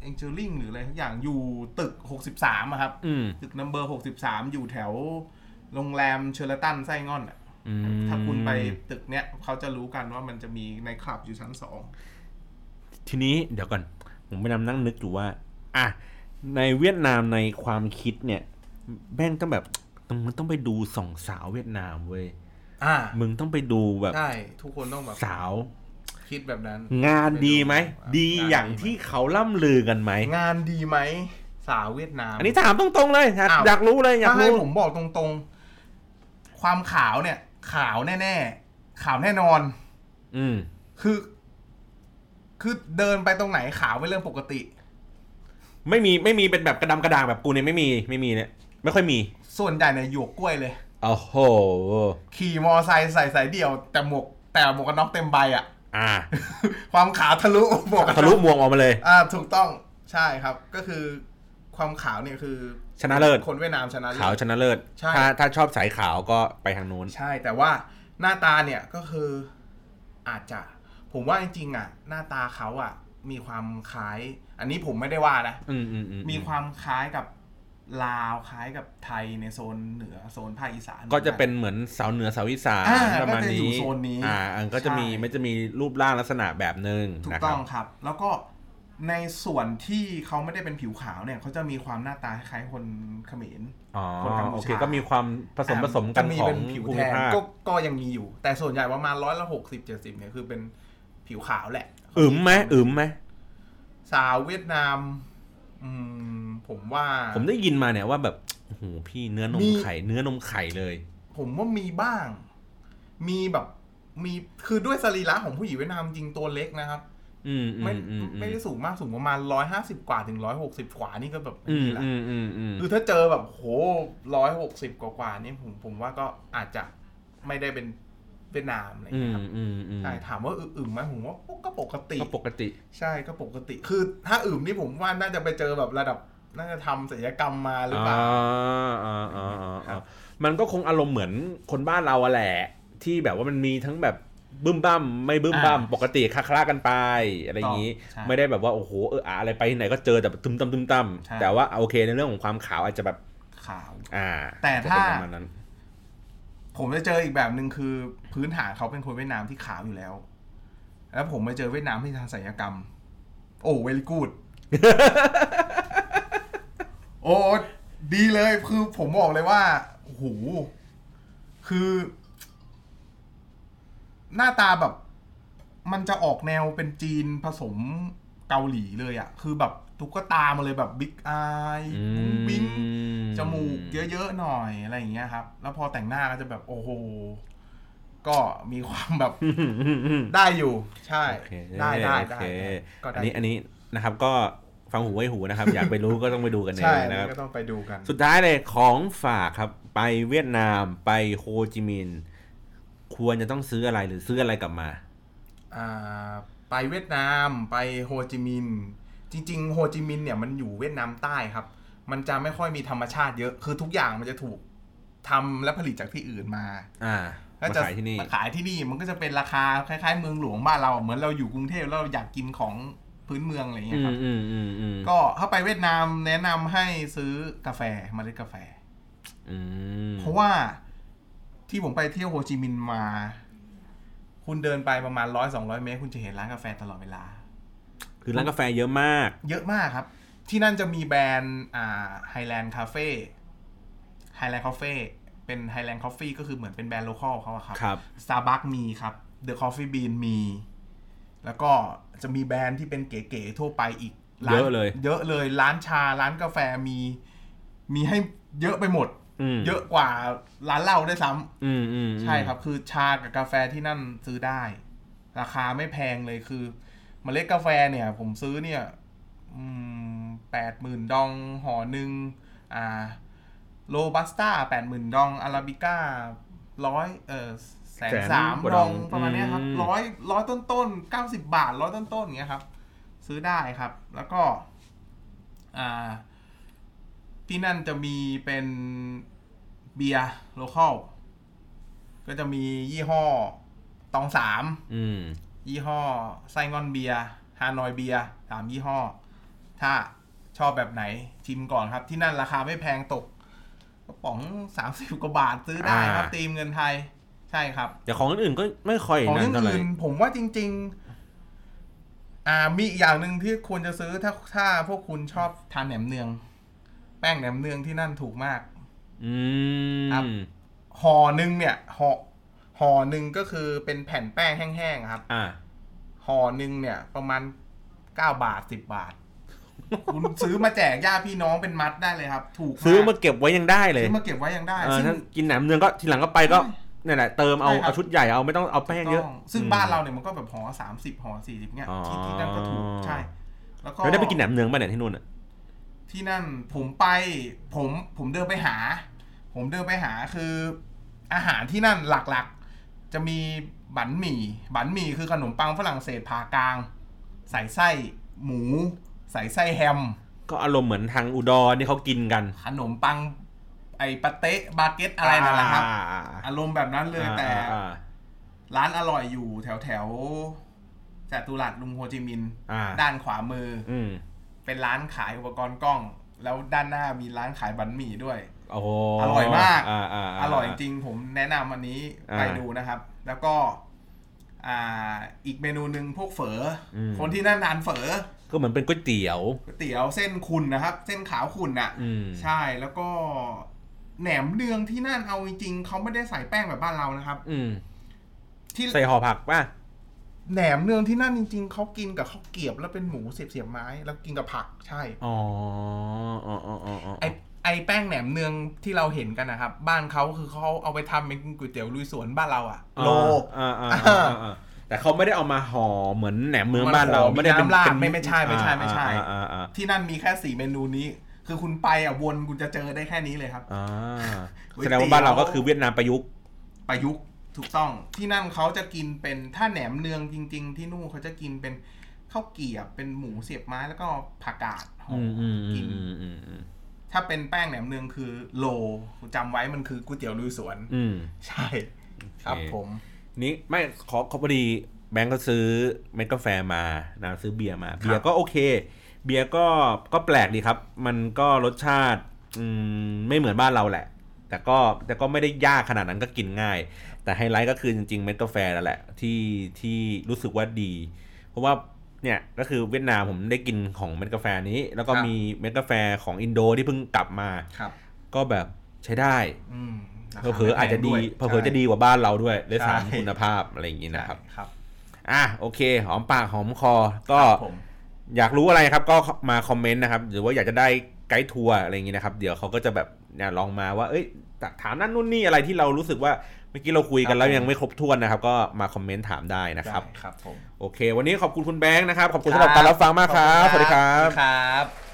เองเจอริงหรืออะไรสักอย่างอยู่ตึก 63อะครับ
อืม
ตึกนัมเบอร์ 63 อยู่แถวโรงแรมเชอร์ตันไส้งอนอะ
อืม
ถ้าคุณไปตึกเนี้ยเขาจะรู้กันว่ามันจะมีในคลับอยู่ชั้นสอง
ทีนี้เดี๋ยวก่อน ผมไปนำนั่งนึกอยู่ว่า อ่ะ ในเวียดนามในความคิดเนี่ยแม่งต้องแบบต้องมันต้องไปดูสองสาวเวียดนามเว้ย
อ่า
มึงต้องไปดูแบบ
ใช่ทุกคนต้องแบบ
สาว
คิดแบบนั้น
งานดีไหม
ไปดู
ดี
งาน
อย่าง
ดีไหม
ที่เขาล่ำลือกันไหม
งานดีไหมสาวเวียดนาม
อันนี้ถามตรงๆเลยอยาก
อ้าว
อยากรู้เลยอยาก
ถ้าให้
รู้
ผมบอกตรงๆ ความขาวเนี่ย ขาวแน่ๆ ขาวแน่นอน
อืม
คือ คือเดินไปตรงไหนขาวเป็นเรื่องปกติ
ไม่มีไม่มีเป็นแบบกระดำกระด่างแบบกูเนี่ยไม่มีไม่มีเนี่ยไม่ค่อยมี
ส่วนใหญ่เนี่ยหยวกกล้วยเลย
โอ้โห
ขี่มอไซค์ใส่สายเดี่ยว แต่หมวกแต่หมวกกันน็อกเต็มใบอะ [laughs]
อ่า
ความขาวทะลุหมวกกันน็
ทะ
อก
ลุมวงออกมาเลย
อ่าถูกต้องใช่ครับ ก็คือ ความขาวเนี่ยคือ
ชนะเลิศ
คนเวียดนามชนะเลิศ
ขาวชนะเลิศ
ใช่
ถ้าถ้าชอบสายขาวก็ไปทางนู้น
ใช่แต่ว่าหน้าตาเนี่ยก็คืออาจจะ ผมว่าจริงๆอ่ะ หน้าตาเขาอ่ะ มีความคล้าย อันนี้ผมไม่ได้ว่านะ
อืมอืมอืม
มีความคล้ายกับลาวคล้ายกับไทยในโซนเหนือโซนภาคอีสาน
ก็จะเป็นเหมือนสาวเหนือสาวอีสาน
อ่า
ประมาณ
ก็จะอยู่
นี้
โซนนี้
อ่าอันก็จะมี
ใช่
มันจะมีรูปร่างลักษณะแบบหนึ่ง
ถู
นะ
ก
ค
ต้
รั
อบ งครับ แล้วก็ในส่วนที่เขาไม่ได้เป็นผิวขาวเนี่ยเขาจะมีความหน้าตาคล้ายคนเขมร
อ๋อ
คนกัมพูชา
โอเคก็มีความผสมผสมกัน
จะมี
ของ
เป็นผิว
ภู
แท
มิ
น
ภาค
ก็ก็ยังมีอยู่ แต่ส่วนใหญ่ประมาณร้อยละหกสิบเจ็ดสิบเนี่ยคือเป็นผิวขาวแหละ
อึมไหมอึมไหม
สาวเวียดนาม อืม ผมว่า
ผมได้ยินมาเนี่ยว่าแบบโอ้โหพี่เนื้อนม
มี
ไข่เนื้อนมไข่เลย
ผมว่ามีบ้าง มีแบบมีคือด้วยสรีระของผู้หญิงเวียดนามจริงตัวเล็กนะครับ
อืมอื
ไม่
มอืมอื
ไม่
ม
ได้สูงมากสูงประมาณร้อยห้าสิบกว่าถึงร้อยหกสิบกว่านี่ก็แบบ
อืม
นี่แหละ
อืมอืมอืม
คือถ้าเจอแบบโหร้อยหกสิบกว่ากว่านี่ผมผมว่าก็อาจจะไม่ได้เป็นเวียดนามอะไร
อื
เงี้
ม
ยครับ
อืมอืม
ใช่ถามว่าอึอึมไหมผมว่าก็ปกติ
ก็ปกติ
ใช่ก็ปกติ คือถ้าอึมนี่ผมว่าน่าจะไปเจอแบบระดับน่าจะทำศัลยกรรมมาหรือเปล่า
อ่าอ่าอ่า
ครั
อ่า
บ
มันก็คงอารมณ์เหมือนคนบ้านเราอะแหละ ที่แบบว่ามันมีทั้งแบบบึ้มบ้ามไม่บึ้มบ้ามปกติคละคลากันไป อะไรอย่างนี้
ใช่
ไม่ได้แบบว่าโอ้โหเอออะอะไรไปที่ไหนก็เจอแต่แบบตึมตำตึมต
ใช่
ำแต่ว่าเอาโอเคในเรื่องของความขาวอาจจะแบบ
ขาว
อ่า
แต่
จะ
ถ้า
เป็นประมาณนั้น
ผมจะเจออีกแบบหนึ่งคือพื้นฐานเขาเป็นคนเวียดนามที่ขาวอยู่แล้ว แล้วผมมาเจอเวียดนามที่ทางศัลยกรรม โอ้เวลกูด [laughs] โอ้ดีเลยคือผมบอกเลยว่าโอ้โหคือ หน้าตาแบบ มันจะออกแนวเป็นจีนผสมเกาหลีเลยอะคือแบบตุ๊กตามาเลยแบบบิ๊กอาย
อืม
บิง จมูก
[laughs]
เยอะ ๆ หน่อยอะไรอย่างเงี้ยครับ แล้วพอแต่งหน้าก็จะแบบโอ้โห ก็มีความ
[laughs]
แบบ ได้อยู่ ใช่
โอเค
ได้ได้
โอ
ได้
เค
ก็
อั
ได้
นนี้อันนี้นะครับก็ฟังหูไว้หู
[laughs]
นะครับ อยากไปรู้ก็ต้องไปดูกันเอ
ใช่
ง
อัน
นะค
นี้
รับ
ก็ต้องไปดูกัน
สุดท้ายเลยของฝากครับ ไปเวียดนามไปโฮจิมินห์ควรจะต้องซื้ออะไรหรือซื้ออะไรกลับมา
อ่าไปเวียดนามไปโฮจิมินห์จริง ๆ โฮจิมินห์เนี่ยมันอยู่เวียดนามใต้ครับ มันจะไม่ค่อยมีธรรมชาติเยอะคือทุกอย่างมันจะถูกทำและผลิตจากที่อื่นมา
อ่า
แล้
มาว
จะ
ขายที่นี่
มาขายที่นี่มันก็จะเป็นราคาคล้าย ๆ เมืองหลวงบ้านเราอะเหมือนเราอยู่กรุงเทพแล้วเราอยากกินของพื้นเมืองอะไรอย่างเงี้
อื
ยครั
ม
บ
อืมอืมอืม
ก็ถ้าไปเวียดนามแนะนำให้ซื้อกาแฟเมาเล็ดกาแฟ
อืม
เพราะว่าที่ผมไปเที่ยวโฮจิมินห์มา คุณเดินไปประมาณร้อยสองร้อยเมตร คุณจะเห็นร้านกาแฟตลอดเวลา
คือร้านกาแฟเยอะมาก
เยอะมากครับ ที่นั่นจะมีแบรนด์อ่าไฮแลนด์คาเฟ่ไฮแลนด์คาเฟ่เป็นไฮแลนด์คอฟฟี่ก็คือเหมือนเป็นแบรนด์โลคอลเขาอะครับ
ครับ
สตาร์บัคมีครับเดอะคอฟฟี่บีนมี แล้วก็จะมีแบรนด์ที่เป็นเก๋ๆทั่วไปอีกร้าน
เยอะเลย
เยอะเลยร้านชาร้านกาแฟมี มีให้เยอะไปหมด
อืม
เยอะกว่าร้านเหล้าด้วยซ้ำ
อืมอืมอืม
ใช่ครับ คือชากับกาแฟที่นั่นซื้อได้ ราคาไม่แพงเลยคือมเมล็ดกาแฟเนี่ย ผมซื้อเนี่ยแปดหมื่นดองห่อหนึ่งอ่าโรบัสต้าแปดหมื่นดองอาราบิก้าร้อยเออแสนสามดองประมาณเนี้ยครับร้อยร้อยต้นต้นเก้าสิบบาทร้อยต้นต้นอย่างเงี้ยครับ ซื้อได้ครับ แล้วก็ อ่า ที่นั่นจะมีเป็นเบียร์โลคอลก็จะมียี่ห้อตองสาม
อืม
ยี่ห้อไซงอนเบียร์ฮานอยเบียร์สามยี่ห้อ ถ้าชอบแบบไหนชิมก่อนครับ ที่นั่นราคาไม่แพงตกกระป๋องสามสิบกว่าบาทซื้อได้ครับตีมเงินไทย ใช่ครับ
แต่ของอื่นๆก็ไม่ค่อย
ของอ
นั่น
ย่าง
เท่าไหร่
อื่นผมว่าจริง ๆ อ่ามีอีกอย่างหนึ่งที่ควรจะซื้อถ้าถ้าพวกคุณชอบทานแหนมเนือง แป้งแหนมเนืองที่นั่นถูกมาก
อื
ครับ
ม
ห่อหนึ่งเนี่ยห่อห่อหนึ่งก็คือเป็นแผ่นแป้งแห้งๆครับ
อ่า
ห่อหนึ่งเนี่ย ประมาณเก้าบาทสิบบาท คุณซื้อมาแจกญาติพี่น้องเป็นมัดได้เลยครับ ถูกก
ซื้อมาเก็บไว้ยังได้เลย
ซื้อมาเก็บไว้ยังได้
เออ
ซึ่ง
ถ้ากินแหนมเนืองก็ทีหลังก็ไปก็
ใช่
เนี่ยแหละเติมเอา
ใช่ครับ
เอาชุดใหญ่เอาไม่ต้องเอาแป้งเยอะ
ต้องซึ่ง
อืม
บ้านเราเนี่ยมันก็แบบห่อสามสิบห่อสี่สิบเนี่ย
อ๋อ
ที่ที่นั่นก็ถูกใช่ แล้วก็
แล้วได้ไปกินแหนมเนืองป่ะเนี่ยที่นู่นอ่ะ
ที่นั่นผมไปผมผมเดินไปหา ผมเดินไปหาคืออาหารที่นั่นหลักๆ จะมีบันหมี่บันหมี่คือขนมปังฝรั่งเศสผ่ากลาง ใส่ไส้หมู ใส่ไส้แฮม
ก็อารมณ์เหมือนทางอุดรที่เขากินกัน
ขนมปังไอปาเต๊ะบาเก็ตอะไรนั่นแหละครับ
อ่าอ่าอ่า
อารมณ์แบบนั้นเลยแต่
อ่า
ร้านอร่อยอยู่แถวแถวๆจตุรัสลุงโฮจิมินห์
อ่าอ่า
ด้านขวามืออ
อืม
เป็นร้านขายอุปกรณ์กล้อง แล้วด้านหน้ามีร้านขายบันหมี่ด้วย
โอ้
อร่อยมาก
อ่าาา
อร่อยจริงผมแนะนำอันนี้
อ่า
ไปดูนะครับ แล้วก็ อ่าอีกเมนูหนึ่งพวกเฝออ
ม
คนที่นั่นทานเฝอ
ก็เหมือนเป็นก๋วยเตี๋ยว
ก๋วยเตี๋ยวเส้นขุนนะครับ เส้นขาวขุนอ่ะ
อืม
ใช่แล้วก็แหนมเนืองที่นั่นเอาจริงๆเขาไม่ได้ใส่แป้งแบบบ้านเรานะครับ
อืม
ที่
ใส่ห่อผักป่ะ
แหนมเนืองที่นั่นจริง ๆเขากินกับข้าวเกรียบแล้วเป็นหมูเสียบๆไม้ แล้วกินกับผักใช่
อ๋ออ๋ออ๋ออ๋อ
ไอไอ แป้งแหนมเนืองที่เราเห็นกันนะครับ บ้านเขาคือเขาเอาไปทำเป็นก๋วยเตี๋ยวลุยสวนบ้านเราอะโล
อ่าอ่าอ่าอ่าอ่าแต่เขาไม่ได้เอามาห่อเหมือนแหนมเมืองบ้านเรา
มันห่อ
ไม่ได้เป็น
มีน้ำราด
เป็น
ไม่ไม่ใช่ไม่ใช่ไม่ใช่
อ่าอ่าอ่า
ที่นั่นมีแค่สี่เมนูนี้ คือคุณไปอ่ะวนคุณจะเจอได้แค่นี้เลยครับ
อ่า
ก๋วยเตี๋
แสด
ยว
งว่าบ้านเราก็คือเวียดนามประยุกต์
ประยุกต์ถูกต้อง ที่นั่นเขาจะกินเป็นถ้าแหนมเนืองจริง ๆ ที่นู่นเขาจะกินเป็นข้าวเกรี๊ยวเป็นหมูเสียบไม้แล้วก็ผักกาดห่อ
อืมอืมอื
กิ
ม
น
อืมอืมอืม
ถ้าเป็นแป้งแหนมเนืองคือโลจำไว้มันคือก๋วยเตี๋ยวลุยสวน
อืม
ใช่ ครับผม
นี่ไม่ขอขอพอดีแบงก์ก็ซื้อเม็ดกาแฟมานะซื้อเบียร์มา เบียร์ก็โอเค เบียร์ก็ก็แปลกดีครับ มันก็รสชาติอืมไม่เหมือนบ้านเราแหละ แต่ก็แต่ก็ไม่ได้ยากขนาดนั้นก็กินง่าย แต่ไฮไลท์ก็คือจริงๆเม็ดกาแฟนั่นแหละที่ที่รู้สึกว่าดี เพราะว่าเนี่ยก็คือเวียดนามผมได้กินของเม็ดกาแฟนี้ แล้วก็
ครับ
มีเม็ดกาแฟของอินโดที่เพิ่งกลับมา
ครับ ก็
ก็แบบใช้ได้
อืม
เผลอๆอาจจะดีเผลอๆจะดีกว่าบ้านเราด้วยด้วยซ้ำคุณภาพอะไรอย่างนี้
นะ
นะ
ค
ค
รั
รับ
บครับ
อ่ะโอเค หอมปากหอมคอ ก็
ผม
อยากรู้อะไรครับ ก็มาคอมเมนต์นะครับ หรือว่าอยากจะได้ไกด์ทัวร์อะไรอย่างนี้นะครับ เดี๋ยวเขาก็จะแบบเนี่ยลองมาว่า เอ้ยถามนั่นนู่นนี่อะไรที่เรารู้สึกว่าเมื่อกี้เราคุยกัน
ครับ
แล้ว
ผม
ยังไม่ครบถ้วนนะครับ ก็มาคอมเมนต์ถามได้นะค
ได้
รับ
ครับผม
โอเค วันนี้ขอบคุณคุณแบงค์นะครับ ขอบคุณสำหรับการรับฟังมากครับ
ข
ส
อ
วัส
ณ
ดีครับ
ครับ